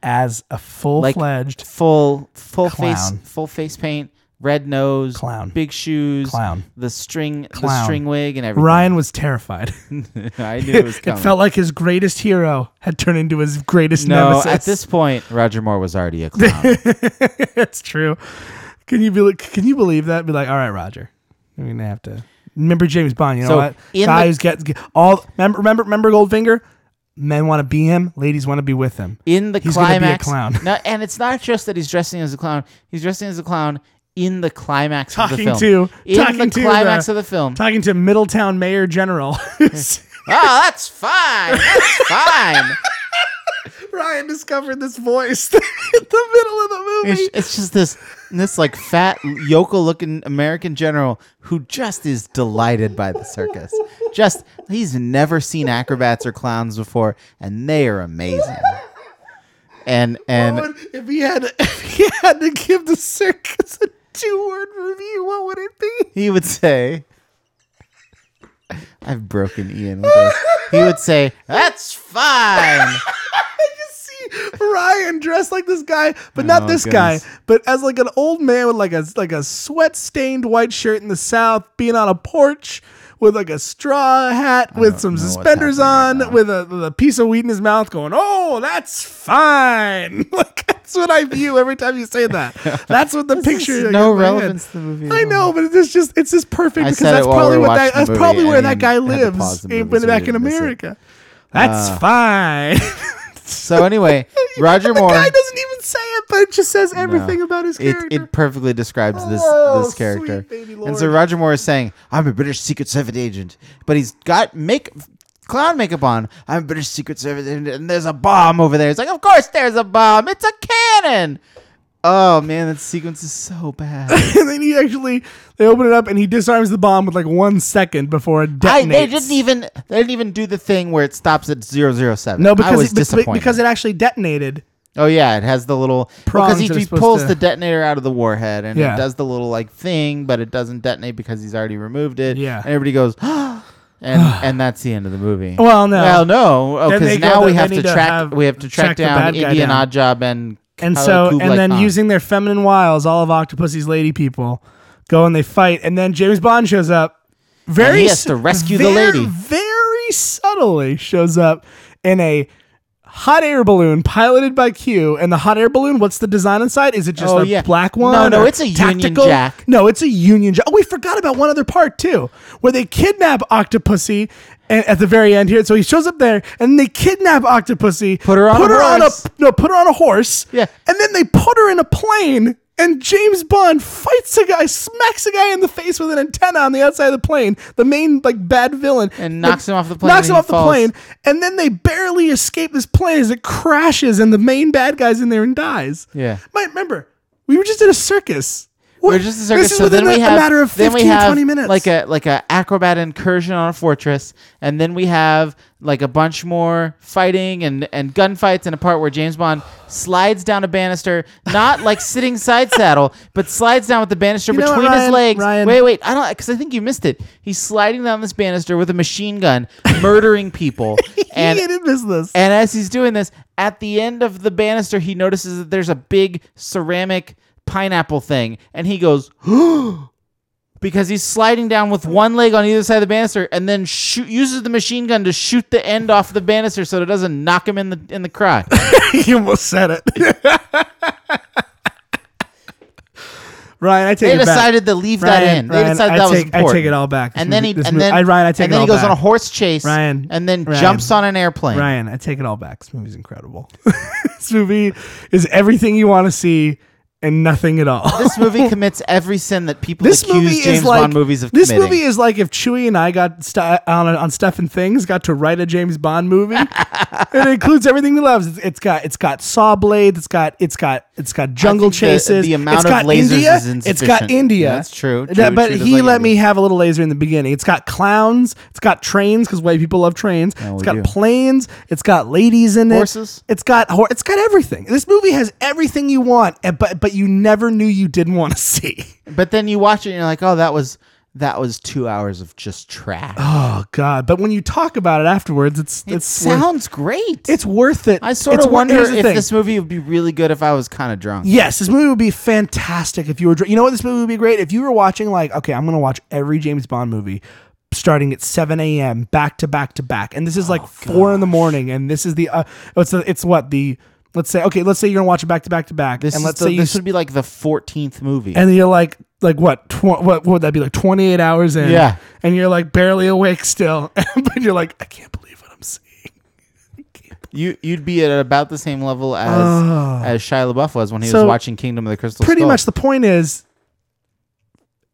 Speaker 1: as a full fledged
Speaker 4: full full
Speaker 1: Clown.
Speaker 4: face full face paint, red nose,
Speaker 1: Clown.
Speaker 4: big shoes,
Speaker 1: clown.
Speaker 4: the string the
Speaker 1: Clown.
Speaker 4: string wig and everything.
Speaker 1: Ryan was terrified.
Speaker 4: [laughs]
Speaker 1: [laughs]
Speaker 4: I knew it was coming.
Speaker 1: felt like his greatest hero had turned into his greatest
Speaker 4: no,
Speaker 1: nemesis.
Speaker 4: at this point, Roger Moore was already
Speaker 1: [laughs]
Speaker 4: a clown.
Speaker 1: That's true. Can you be like, can you believe that? Be like, all right, Roger. We're gonna have to remember James Bond. You know
Speaker 4: So,
Speaker 1: what?
Speaker 4: in
Speaker 1: Guy
Speaker 4: the-
Speaker 1: who's get, get- all remember, remember, remember Goldfinger. Men want to be him. Ladies want to be with him.
Speaker 4: in the
Speaker 1: He's gonna be a
Speaker 4: climax.
Speaker 1: clown.
Speaker 4: No, and it's not just that he's dressing as a clown. He's dressing as a clown in the climax of the
Speaker 1: Talking
Speaker 4: film.
Speaker 1: to-
Speaker 4: in
Speaker 1: talking
Speaker 4: the
Speaker 1: to
Speaker 4: climax
Speaker 1: the-
Speaker 4: of the film.
Speaker 1: Talking to Middletown Mayor General. [laughs]
Speaker 4: oh, that's fine. That's [laughs] fine.
Speaker 1: Ryan discovered this voice [laughs] in the middle of the movie.
Speaker 4: It's, it's just this this like fat yokel looking American general who just is delighted by the circus. Just he's never seen acrobats or clowns before, and they are amazing. And and
Speaker 1: if he had, [laughs] if he had to give the circus a two-word review, what would it be?
Speaker 4: he would say, "I've broken Ian." With this. He would say, "That's fine."
Speaker 1: see Ryan dressed like this guy, but not
Speaker 4: Oh,
Speaker 1: this
Speaker 4: goodness.
Speaker 1: guy, but as like an old man with like a like a sweat stained white shirt in the south, being on a porch with like a straw hat with some
Speaker 4: know what's
Speaker 1: suspenders on,
Speaker 4: happening right now.
Speaker 1: with a, with a piece of wheat in his mouth, going, "Oh, that's fine." [laughs] like that's what I view every time you say
Speaker 4: [laughs]
Speaker 1: that. That's what the picture. I
Speaker 4: There's
Speaker 1: get
Speaker 4: no
Speaker 1: in my head.
Speaker 4: relevance to the movie. at
Speaker 1: I
Speaker 4: all.
Speaker 1: know, but it's just it's just perfect
Speaker 4: I
Speaker 1: because
Speaker 4: said
Speaker 1: that's
Speaker 4: it while
Speaker 1: probably
Speaker 4: we were
Speaker 1: what that,
Speaker 4: watching the
Speaker 1: that's
Speaker 4: movie,
Speaker 1: probably
Speaker 4: and
Speaker 1: where that
Speaker 4: then
Speaker 1: guy
Speaker 4: had to pause
Speaker 1: lives.
Speaker 4: the
Speaker 1: in-
Speaker 4: movie so we
Speaker 1: back in
Speaker 4: didn't miss it. Uh,
Speaker 1: America. That's fine. [laughs]
Speaker 4: So anyway, Roger
Speaker 1: the
Speaker 4: Moore.
Speaker 1: guy doesn't even say it, but it just says everything about his
Speaker 4: it,
Speaker 1: character.
Speaker 4: it perfectly describes this
Speaker 1: Oh,
Speaker 4: this character.
Speaker 1: sweet baby
Speaker 4: and so
Speaker 1: Lord.
Speaker 4: Roger Moore is saying, "I'm a British Secret Service agent, but he's got make clown makeup on. I'm a British Secret Service agent, and there's a bomb over there." It's like, "Of course, there's a bomb. It's a cannon." Oh man, that sequence is so
Speaker 1: [laughs] [laughs]
Speaker 4: bad.
Speaker 1: and then he actually they open it up and he disarms the bomb with like one second before it detonates.
Speaker 4: I, they didn't even they didn't even do the thing where it stops at 007.
Speaker 1: no because
Speaker 4: I was
Speaker 1: it, because-
Speaker 4: disappointed.
Speaker 1: because it actually detonated.
Speaker 4: Oh yeah, it has the little
Speaker 1: Prongs
Speaker 4: because he,
Speaker 1: that are
Speaker 4: he
Speaker 1: supposed
Speaker 4: pulls
Speaker 1: to-
Speaker 4: the detonator out of the warhead and
Speaker 1: Yeah.
Speaker 4: it does the little like thing, but it doesn't detonate because he's already removed it.
Speaker 1: Yeah.
Speaker 4: and everybody goes, [gasps]
Speaker 1: [sighs]
Speaker 4: and and that's the end of the movie.
Speaker 1: Well, no.
Speaker 4: well no,
Speaker 1: Then they
Speaker 4: because
Speaker 1: go
Speaker 4: now
Speaker 1: the-
Speaker 4: we
Speaker 1: they
Speaker 4: have
Speaker 1: need
Speaker 4: to
Speaker 1: to
Speaker 4: track
Speaker 1: have-
Speaker 4: we have to
Speaker 1: track
Speaker 4: track,
Speaker 1: the
Speaker 4: down
Speaker 1: bad guy
Speaker 4: Indian
Speaker 1: down.
Speaker 4: Oddjob and
Speaker 1: And
Speaker 4: Ku-
Speaker 1: so
Speaker 4: Kublai
Speaker 1: and then
Speaker 4: Khan.
Speaker 1: using their feminine wiles, all of Octopussy's lady people go and they fight, and then James Bond shows up. Very
Speaker 4: he has
Speaker 1: s-
Speaker 4: to rescue the
Speaker 1: very-
Speaker 4: lady.
Speaker 1: Very subtly shows up in a hot air balloon piloted by Q. And the hot air balloon, what's the design inside? Is it just
Speaker 4: Oh,
Speaker 1: a
Speaker 4: yeah.
Speaker 1: black
Speaker 4: No,
Speaker 1: one?
Speaker 4: no,
Speaker 1: or
Speaker 4: it's a Union
Speaker 1: tactical?
Speaker 4: Jack.
Speaker 1: No, it's a Union Jack. Oh, we forgot about one other part too, where they kidnap Octopussy. And at the very end here, so he shows up there, and they kidnap Octopussy,
Speaker 4: Put her on
Speaker 1: put
Speaker 4: a
Speaker 1: her on a
Speaker 4: horse.
Speaker 1: no, put her on a horse.
Speaker 4: Yeah.
Speaker 1: And then they put her in a plane, and James Bond fights a guy, smacks a guy in the face with an antenna on the outside of the plane, the main like bad villain.
Speaker 4: And knocks him off the plane
Speaker 1: Knocks him
Speaker 4: and he
Speaker 1: off the
Speaker 4: falls.
Speaker 1: plane. And then they barely escape this plane as it crashes and the main bad guy's in there and dies.
Speaker 4: Yeah.
Speaker 1: But remember, we were just at a circus.
Speaker 4: We're
Speaker 1: What-
Speaker 4: just a circus.
Speaker 1: This is
Speaker 4: so
Speaker 1: within
Speaker 4: then we
Speaker 1: a-
Speaker 4: have
Speaker 1: a matter of 15,
Speaker 4: then we have
Speaker 1: 20 minutes.
Speaker 4: like a like a acrobat incursion on a fortress, and then we have like a bunch more fighting and and gunfights and a part where James Bond slides down a banister, not
Speaker 1: [laughs]
Speaker 4: like sitting side saddle, but slides down with the banister
Speaker 1: You know what,
Speaker 4: between his
Speaker 1: Ryan?
Speaker 4: legs.
Speaker 1: Ryan-
Speaker 4: Wait, wait, I don't because I think you missed it. He's sliding down this banister with a machine gun, murdering people,
Speaker 1: [laughs]
Speaker 4: and
Speaker 1: he didn't miss
Speaker 4: [laughs]
Speaker 1: this.
Speaker 4: and as he's doing this, at the end of the banister, he notices that there's a big ceramic pineapple thing, and he goes, [gasps] because he's sliding down with one leg on either side of the banister, and then shoot, uses the machine gun to shoot the end off the banister so that it doesn't knock him in the in
Speaker 1: [laughs]
Speaker 4: the cry.
Speaker 1: he almost said it. [laughs] Ryan, I take
Speaker 4: They
Speaker 1: it back.
Speaker 4: decided to leave that
Speaker 1: Ryan,
Speaker 4: in.
Speaker 1: Ryan,
Speaker 4: they decided
Speaker 1: I
Speaker 4: that was
Speaker 1: take- I
Speaker 4: important.
Speaker 1: take it all back. This
Speaker 4: And then he
Speaker 1: movie- this
Speaker 4: and
Speaker 1: movie-
Speaker 4: then
Speaker 1: I- Ryan, I take it
Speaker 4: and then
Speaker 1: all
Speaker 4: he goes
Speaker 1: back.
Speaker 4: on a horse chase.
Speaker 1: Ryan,
Speaker 4: and then
Speaker 1: Ryan,
Speaker 4: jumps on an airplane.
Speaker 1: Ryan, I take it all back. This movie's incredible. [laughs] this movie is everything you want to see and nothing at all. [laughs]
Speaker 4: This movie commits every sin that people
Speaker 1: This
Speaker 4: accuse
Speaker 1: movie
Speaker 4: James
Speaker 1: is like
Speaker 4: Bond movies of
Speaker 1: this
Speaker 4: committing.
Speaker 1: movie
Speaker 4: [laughs]
Speaker 1: is like if Chewie and I got st- on on Stuff and Things got to write a James Bond movie. it includes everything we love. It's, it's got it's got saw blades. It's got it's got it's got jungle
Speaker 4: think the-
Speaker 1: chases.
Speaker 4: the amount
Speaker 1: it's
Speaker 4: of
Speaker 1: got
Speaker 4: lasers
Speaker 1: India.
Speaker 4: is
Speaker 1: it's got
Speaker 4: insufficient.
Speaker 1: India.
Speaker 4: That's true,
Speaker 1: That-
Speaker 4: true,
Speaker 1: but
Speaker 4: true, just
Speaker 1: he
Speaker 4: like
Speaker 1: let
Speaker 4: India.
Speaker 1: me have a little laser in the beginning. It's got clowns. It's got trains because white people love trains. it's
Speaker 4: we
Speaker 1: got
Speaker 4: do.
Speaker 1: planes. It's got ladies in
Speaker 4: Horses?
Speaker 1: it. It's got hor- it's got everything. This movie has everything you want, and- but but you never knew you didn't want to [laughs] see.
Speaker 4: But then you watch it and you're like, oh, that was that was two hours of just trash.
Speaker 1: Oh God! But when you talk about it afterwards, it's
Speaker 4: it
Speaker 1: it's worth,
Speaker 4: sounds great.
Speaker 1: it's worth it.
Speaker 4: I sort
Speaker 1: It's
Speaker 4: of
Speaker 1: wor-
Speaker 4: wonder
Speaker 1: here's the
Speaker 4: if
Speaker 1: thing.
Speaker 4: this movie would be really good if I was kind of drunk.
Speaker 1: Yes, this movie would be fantastic if you were. dr- You know what? This movie would be great if you were watching. Like, okay, I'm gonna watch every James Bond movie, starting at 7 a.m. back to back to back, and this
Speaker 4: Oh,
Speaker 1: is like four in the morning, and this is the. Uh, it's the, it's what the. Let's say okay. Let's say you're gonna watch it back to back to back,
Speaker 4: This
Speaker 1: and
Speaker 4: is
Speaker 1: let's
Speaker 4: the-
Speaker 1: say you
Speaker 4: this would be like the fourteenth movie.
Speaker 1: and you're like like what tw- what what would that be like 28 hours in
Speaker 4: Yeah.
Speaker 1: and you're like barely awake still [laughs] but you're like i can't believe what i'm seeing
Speaker 4: you you'd be at about the same level as as Shia LaBeouf was when he
Speaker 1: Ah. So,
Speaker 4: was watching Kingdom of the Crystal
Speaker 1: pretty
Speaker 4: Skull.
Speaker 1: much the point is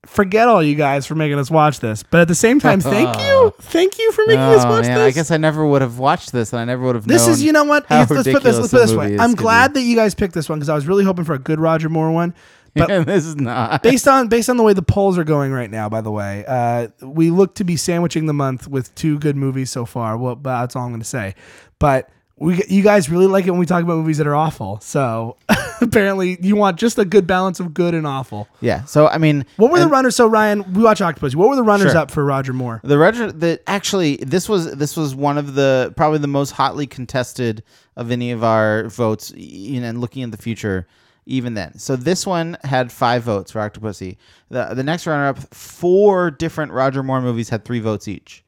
Speaker 1: forget all you guys for making us watch this but at the same
Speaker 4: [laughs]
Speaker 1: time thank you thank you for making us
Speaker 4: Oh,
Speaker 1: watch
Speaker 4: man,
Speaker 1: this
Speaker 4: I guess I never would have watched this, and I never would have.
Speaker 1: this
Speaker 4: known
Speaker 1: is you know what
Speaker 4: how
Speaker 1: let's put this let's
Speaker 4: ridiculous
Speaker 1: put
Speaker 4: a
Speaker 1: this
Speaker 4: movie
Speaker 1: way
Speaker 4: this
Speaker 1: i'm
Speaker 4: could
Speaker 1: glad that you guys picked this one because i was really hoping for a good roger moore one but
Speaker 4: [laughs] be. this is not.
Speaker 1: based on based on the way the polls are going right now, by the way, uh, we look to be sandwiching the month with two good movies so far. Well, but that's all I'm going to say. But we, you guys really like it when we talk about movies that are awful. So [laughs] apparently, you want just a good balance of good and awful.
Speaker 4: Yeah. So I mean,
Speaker 1: What were
Speaker 4: and-
Speaker 1: the runners? So Ryan, we watch Octopus. What were the runners
Speaker 4: Sure.
Speaker 1: up for Roger
Speaker 4: [laughs]
Speaker 1: Moore?
Speaker 4: The Roger, the actually, this was this was one of the probably the most hotly contested of any of our votes. y- You know, and looking in the future, even then. So this one had five votes for Octopussy. The the next runner up, four different Roger Moore movies had three votes each.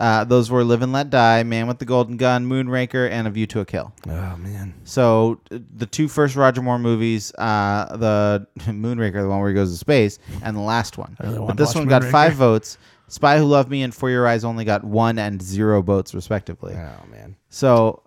Speaker 4: Uh, those were Live and Let Die, Man with the Golden Gun, Moonraker, and A View to a Kill.
Speaker 8: Oh man.
Speaker 4: So uh, the two first Roger Moore movies, uh, the [laughs] Moonraker, the one where he goes to space, and the last one.
Speaker 1: wanna
Speaker 4: but this
Speaker 1: watch
Speaker 4: one got
Speaker 1: Moonraker.
Speaker 4: five votes. Spy Who Loved Me and For Your Eyes only got one and zero votes respectively.
Speaker 8: Oh man.
Speaker 4: So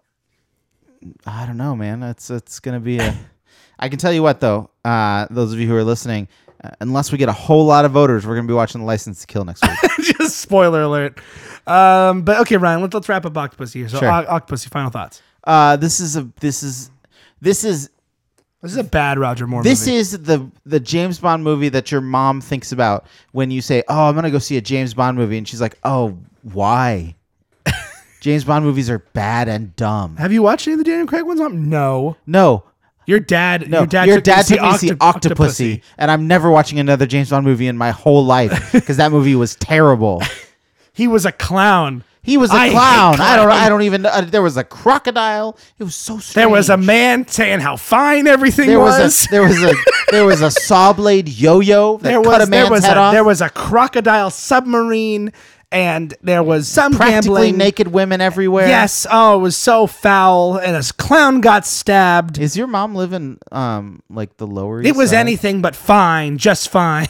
Speaker 4: I don't know, man. It's it's gonna be a. [laughs] I can tell you what though, uh, those of you who are listening, uh, unless we get a whole lot of voters, we're gonna be watching License to Kill next week. [laughs]
Speaker 1: just spoiler alert. Um, but okay, Ryan, let's, let's wrap up Octopus here. So
Speaker 4: Sure.
Speaker 1: Oc- Octopus, final thoughts.
Speaker 4: uh, this is a this is this is
Speaker 1: This is a bad Roger Moore.
Speaker 4: This
Speaker 1: movie.
Speaker 4: is the the James Bond movie that your mom thinks about when you say, "Oh, I'm gonna go see a James Bond movie," and she's like, "Oh, why?" [laughs] James Bond movies are bad and dumb.
Speaker 1: Have you watched any of the Daniel Craig ones? Mom? No.
Speaker 4: No,
Speaker 1: Your dad,
Speaker 4: no,
Speaker 1: your dad, took,
Speaker 4: took me to see
Speaker 1: Octo-
Speaker 4: Octopussy, and I'm never watching another James Bond movie in my whole
Speaker 1: [laughs]
Speaker 4: life because that movie was terrible.
Speaker 1: He was a clown.
Speaker 4: He was
Speaker 1: [laughs]
Speaker 4: a
Speaker 1: I hate
Speaker 4: clown. I don't.
Speaker 1: clowns.
Speaker 4: I don't even. Uh, there was a crocodile. It was so strange.
Speaker 1: There was a man saying how fine everything
Speaker 4: There
Speaker 1: was.
Speaker 4: was, a there was a
Speaker 1: [laughs]
Speaker 4: there was a saw blade yo-yo that
Speaker 1: there
Speaker 4: cut a
Speaker 1: was
Speaker 4: man's
Speaker 1: there was
Speaker 4: head
Speaker 1: a,
Speaker 4: off.
Speaker 1: there was a crocodile submarine, and there was some
Speaker 4: practically
Speaker 1: gambling.
Speaker 4: naked women everywhere.
Speaker 1: Yes. Oh, it was so foul, and this clown got stabbed.
Speaker 4: Is your mom living um like the lower?
Speaker 1: it
Speaker 4: East
Speaker 1: was
Speaker 4: Side?
Speaker 1: anything but fine, just [laughs] fine.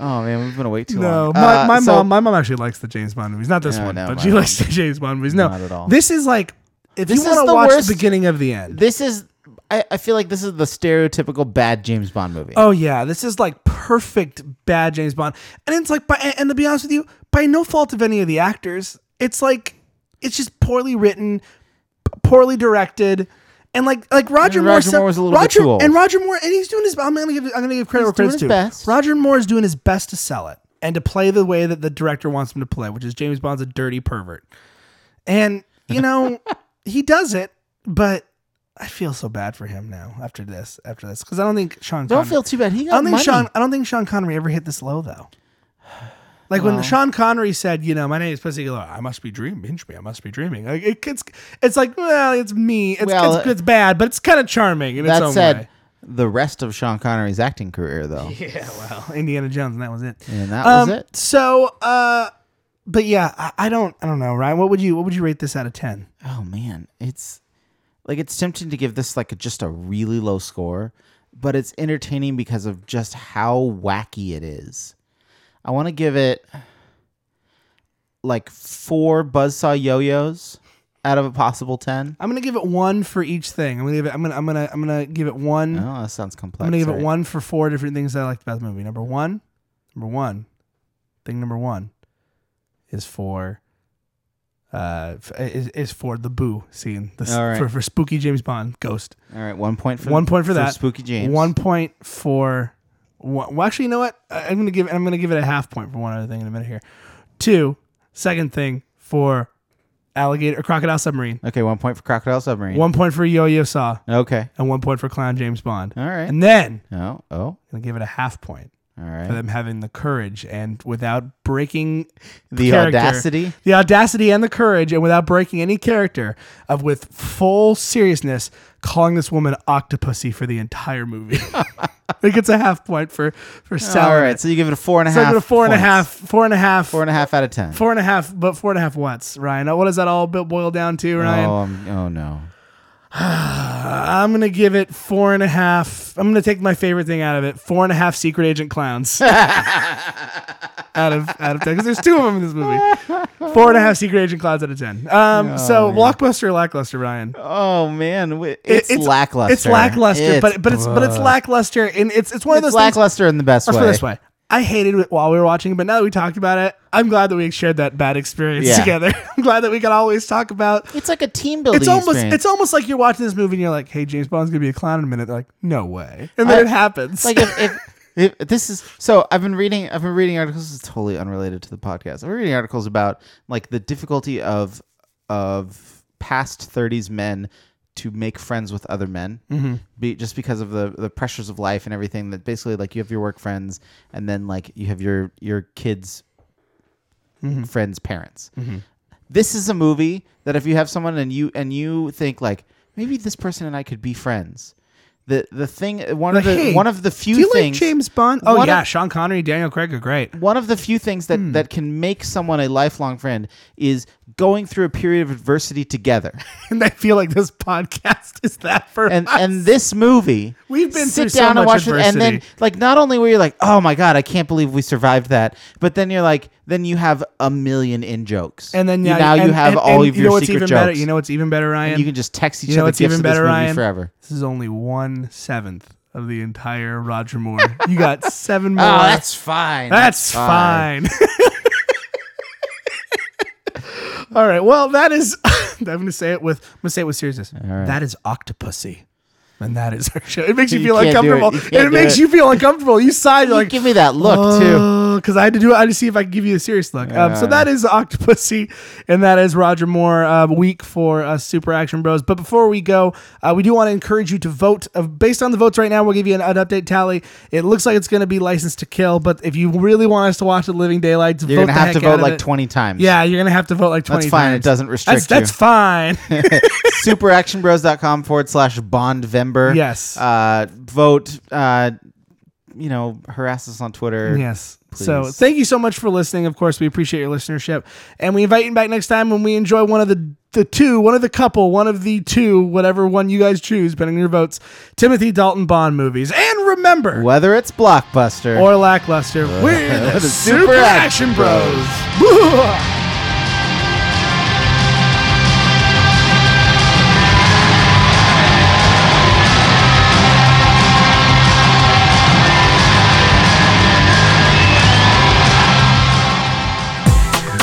Speaker 4: Oh man, we've been awake too
Speaker 1: No,
Speaker 4: long.
Speaker 1: my,
Speaker 4: Uh,
Speaker 1: my
Speaker 4: so-
Speaker 1: mom, my mom actually likes the James Bond movies. Not this
Speaker 4: No,
Speaker 1: one,
Speaker 4: no,
Speaker 1: but
Speaker 4: my
Speaker 1: she
Speaker 4: mom-
Speaker 1: likes the James Bond movies. No,
Speaker 4: Not at all.
Speaker 1: This is like if
Speaker 4: This
Speaker 1: you want
Speaker 4: is
Speaker 1: to
Speaker 4: the
Speaker 1: watch
Speaker 4: worst-
Speaker 1: the beginning of the end.
Speaker 4: This is. I, I feel like this is the stereotypical bad James Bond movie.
Speaker 1: Oh yeah, this is like perfect bad James Bond, and it's like by and to be honest with you, by no fault of any of the actors, it's like it's just poorly written, p- poorly directed, and like like Roger
Speaker 4: And
Speaker 1: Moore.
Speaker 4: Roger
Speaker 1: some-
Speaker 4: Moore was a little bit
Speaker 1: Roger-
Speaker 4: too old.
Speaker 1: and Roger Moore, and he's doing his. I'm gonna give I'm gonna give credit where
Speaker 4: He's doing
Speaker 1: credit's
Speaker 4: his
Speaker 1: due.
Speaker 4: best.
Speaker 1: Roger Moore is doing his best to sell it and to play the way that the director wants him to play, which is James Bond's a dirty pervert, and you
Speaker 4: [laughs]
Speaker 1: know he does it, but. I feel so bad for him now after this, after this, because I don't think Sean.
Speaker 4: Don't
Speaker 1: Connery-
Speaker 4: feel too bad. He
Speaker 1: I
Speaker 4: got
Speaker 1: don't think
Speaker 4: money.
Speaker 1: Sean. I don't think Sean Connery ever hit this low though. Like when Sean Connery said, "You know, my name is Pussy Galore. I must be dreaming. Pinch me. I must be dreaming." Like it, it's, it's like, well, it's me. It's
Speaker 4: Well,
Speaker 1: it's, it's bad, but it's kind of charming in its
Speaker 4: that
Speaker 1: own
Speaker 4: said,
Speaker 1: way.
Speaker 4: the rest of Sean Connery's acting career,
Speaker 1: [laughs]
Speaker 4: though,
Speaker 1: Yeah, Oh, well, Indiana Jones, and that was it.
Speaker 4: and that
Speaker 1: um,
Speaker 4: was it.
Speaker 1: So, uh, but yeah, I, I don't, I don't know, Ryan. What would you, what would you rate this out of ten?
Speaker 4: Oh man, it's like it's tempting to give this like just a really low score, but it's entertaining because of just how wacky it is. I want to give it like four buzzsaw yo-yos out of a possible ten.
Speaker 1: I'm gonna give it one for each thing. I'm gonna give it. I'm gonna, I'm gonna, I'm gonna give it one.
Speaker 4: Oh, that sounds complex.
Speaker 1: Mm-hmm. I'm gonna give
Speaker 4: All
Speaker 1: it
Speaker 4: right.
Speaker 1: one for four different things that I liked about the movie. Number one, number one, thing number one is for uh, f- is, is for the boo scene. The, s-
Speaker 4: All right.
Speaker 1: for, for spooky James Bond ghost.
Speaker 4: All right, one point for
Speaker 1: one point for, that.
Speaker 4: Spooky James.
Speaker 1: One point for. One, well, actually, you know what? I- I'm gonna give. I'm gonna give it a half point for one other thing in a minute here. Two. Second thing for alligator or crocodile submarine.
Speaker 4: Okay, one point for Crocodile Submarine.
Speaker 1: One point for Yo-Yo Saw
Speaker 4: Okay.
Speaker 1: and one point for Clown James Bond.
Speaker 4: All right.
Speaker 1: And then
Speaker 4: Oh, oh, all
Speaker 1: I'm gonna give it a half point for
Speaker 4: right.
Speaker 1: them having the courage and without breaking
Speaker 4: The
Speaker 1: character-
Speaker 4: audacity.
Speaker 1: the audacity and the courage, and without breaking any character, of with full seriousness calling this woman octopussy for the entire movie. [laughs] it gets a half point for for
Speaker 4: All
Speaker 1: Sally.
Speaker 4: right, so you give it a four and a
Speaker 1: so
Speaker 4: half.
Speaker 1: I go to four and a
Speaker 4: points.
Speaker 1: half, four and a half,
Speaker 4: Four and a half out of ten.
Speaker 1: four and a half, but four and a half what's Ryan? What does that all bo- boil down to, Ryan?
Speaker 4: Oh, um, oh no.
Speaker 1: I'm gonna give it four and a half. I'm gonna take my favorite thing out of it: four and a half secret agent
Speaker 4: [laughs]
Speaker 1: clowns. out of out of ten, because there's two of them in this movie. Four and a half secret agent clowns out of ten. Um, so blockbuster, or lackluster, Ryan.
Speaker 4: Oh man, w- it's,
Speaker 1: it's-
Speaker 4: lackluster.
Speaker 1: It's lackluster,
Speaker 4: It's-
Speaker 1: but but it's but it's lackluster, and it's it's one of
Speaker 4: it's
Speaker 1: those things.
Speaker 4: lackluster in the best
Speaker 1: Let's
Speaker 4: way.
Speaker 1: put it this way. I hated it while we were watching, but now that we talked about it, I'm glad that we shared that bad experience [laughs]
Speaker 4: Yeah.
Speaker 1: together. I'm glad that we could always talk about
Speaker 4: It's like a team building.
Speaker 1: it's almost
Speaker 4: experience.
Speaker 1: it's almost like you're watching this movie and you're like, "Hey, James Bond's gonna be a clown in a minute." They're like, "No way," and then
Speaker 4: I-
Speaker 1: it happens. [laughs]
Speaker 4: like if, if, if this is so i've been reading i've been reading articles this is totally unrelated to the podcast i'm reading articles about like the difficulty of of past 30s men to make friends with other men
Speaker 1: Mm-hmm.
Speaker 4: be, just because of the the pressures of life and everything that basically like you have your work friends and then like you have your your kids
Speaker 1: Mm-hmm.
Speaker 4: friends parents this is a movie that if you have someone and you and you think like maybe this person and i could be friends the, the thing one
Speaker 1: Like,
Speaker 4: of the
Speaker 1: "Hey,
Speaker 4: one of the few
Speaker 1: Do you
Speaker 4: things
Speaker 1: like James Bond? Oh
Speaker 4: one
Speaker 1: yeah, Hmm.
Speaker 4: of-
Speaker 1: Sean Connery, Daniel Craig are great. [laughs]
Speaker 4: one of the few things that that can make someone a lifelong friend is going through a period of
Speaker 1: [laughs]
Speaker 4: adversity together.
Speaker 1: And I feel like this podcast is that for
Speaker 4: And
Speaker 1: us.
Speaker 4: and this movie,
Speaker 1: We've been through
Speaker 4: sit
Speaker 1: so
Speaker 4: down
Speaker 1: much
Speaker 4: and watch it, and then
Speaker 1: adversity.
Speaker 4: like not only were you like, oh my god, I can't believe we survived that, but then you're like, then you have a million in jokes,
Speaker 1: and then
Speaker 4: You-
Speaker 1: yeah,
Speaker 4: now
Speaker 1: and-
Speaker 4: you have
Speaker 1: and-
Speaker 4: all
Speaker 1: and
Speaker 4: of
Speaker 1: you
Speaker 4: your
Speaker 1: know what's
Speaker 4: secret
Speaker 1: even
Speaker 4: jokes.
Speaker 1: better? You know what's even better, Ryan?
Speaker 4: And you can just text each
Speaker 1: You know
Speaker 4: other
Speaker 1: what's
Speaker 4: gifts
Speaker 1: even
Speaker 4: of this
Speaker 1: better,
Speaker 4: movie
Speaker 1: Ryan?
Speaker 4: forever.
Speaker 1: this is only one seventh of the entire Roger Moore. you got
Speaker 4: [laughs]
Speaker 1: seven more.
Speaker 4: Oh, that's fine.
Speaker 1: That's fine. [laughs] All right. Well, that is. [laughs] I'm going to say it with. I'm going to say it with seriousness. That is Octopussy, and that is our show. It makes you,
Speaker 4: You
Speaker 1: feel
Speaker 4: can't do it.
Speaker 1: uncomfortable.
Speaker 4: You
Speaker 1: It,
Speaker 4: can't do
Speaker 1: makes
Speaker 4: it.
Speaker 1: you feel uncomfortable. You sigh. You're
Speaker 4: You
Speaker 1: like, "Oh,
Speaker 4: give me that look too.
Speaker 1: because I had to do it. I had to see if I could give you a serious look. Um, so that is Octopussy, and that is Roger Moore uh, week for us Super Action Bros. But before we go, uh, we do want to encourage you to vote. Uh, based on the votes right now, we'll give you an, an update tally. It looks like it's going to be Licensed to Kill, but if you really want us to watch The Living Daylights,
Speaker 4: You're
Speaker 1: vote
Speaker 4: gonna
Speaker 1: the
Speaker 4: have to
Speaker 1: heck out
Speaker 4: vote
Speaker 1: of
Speaker 4: like
Speaker 1: it.
Speaker 4: twenty times. [laughs]
Speaker 1: Yeah, you're gonna have to vote like twenty.
Speaker 4: That's fine. It
Speaker 1: times.
Speaker 4: doesn't restrict
Speaker 1: That's that's
Speaker 4: you.
Speaker 1: fine.
Speaker 4: superactionbros.com forward slash bondvember
Speaker 1: Yes.
Speaker 4: uh vote uh you know harass us on twitter
Speaker 1: Yes. So
Speaker 4: please.
Speaker 1: thank you so much for listening. Of course, we appreciate your listenership, and we invite you back next time when we enjoy one of the the two, one of the couple, one of the two, whatever one you guys choose, depending on your votes. Timothy Dalton Bond movies, and remember
Speaker 4: whether it's blockbuster
Speaker 1: or lackluster, [laughs] we're the, Uh, Super, Action Bros. Bros.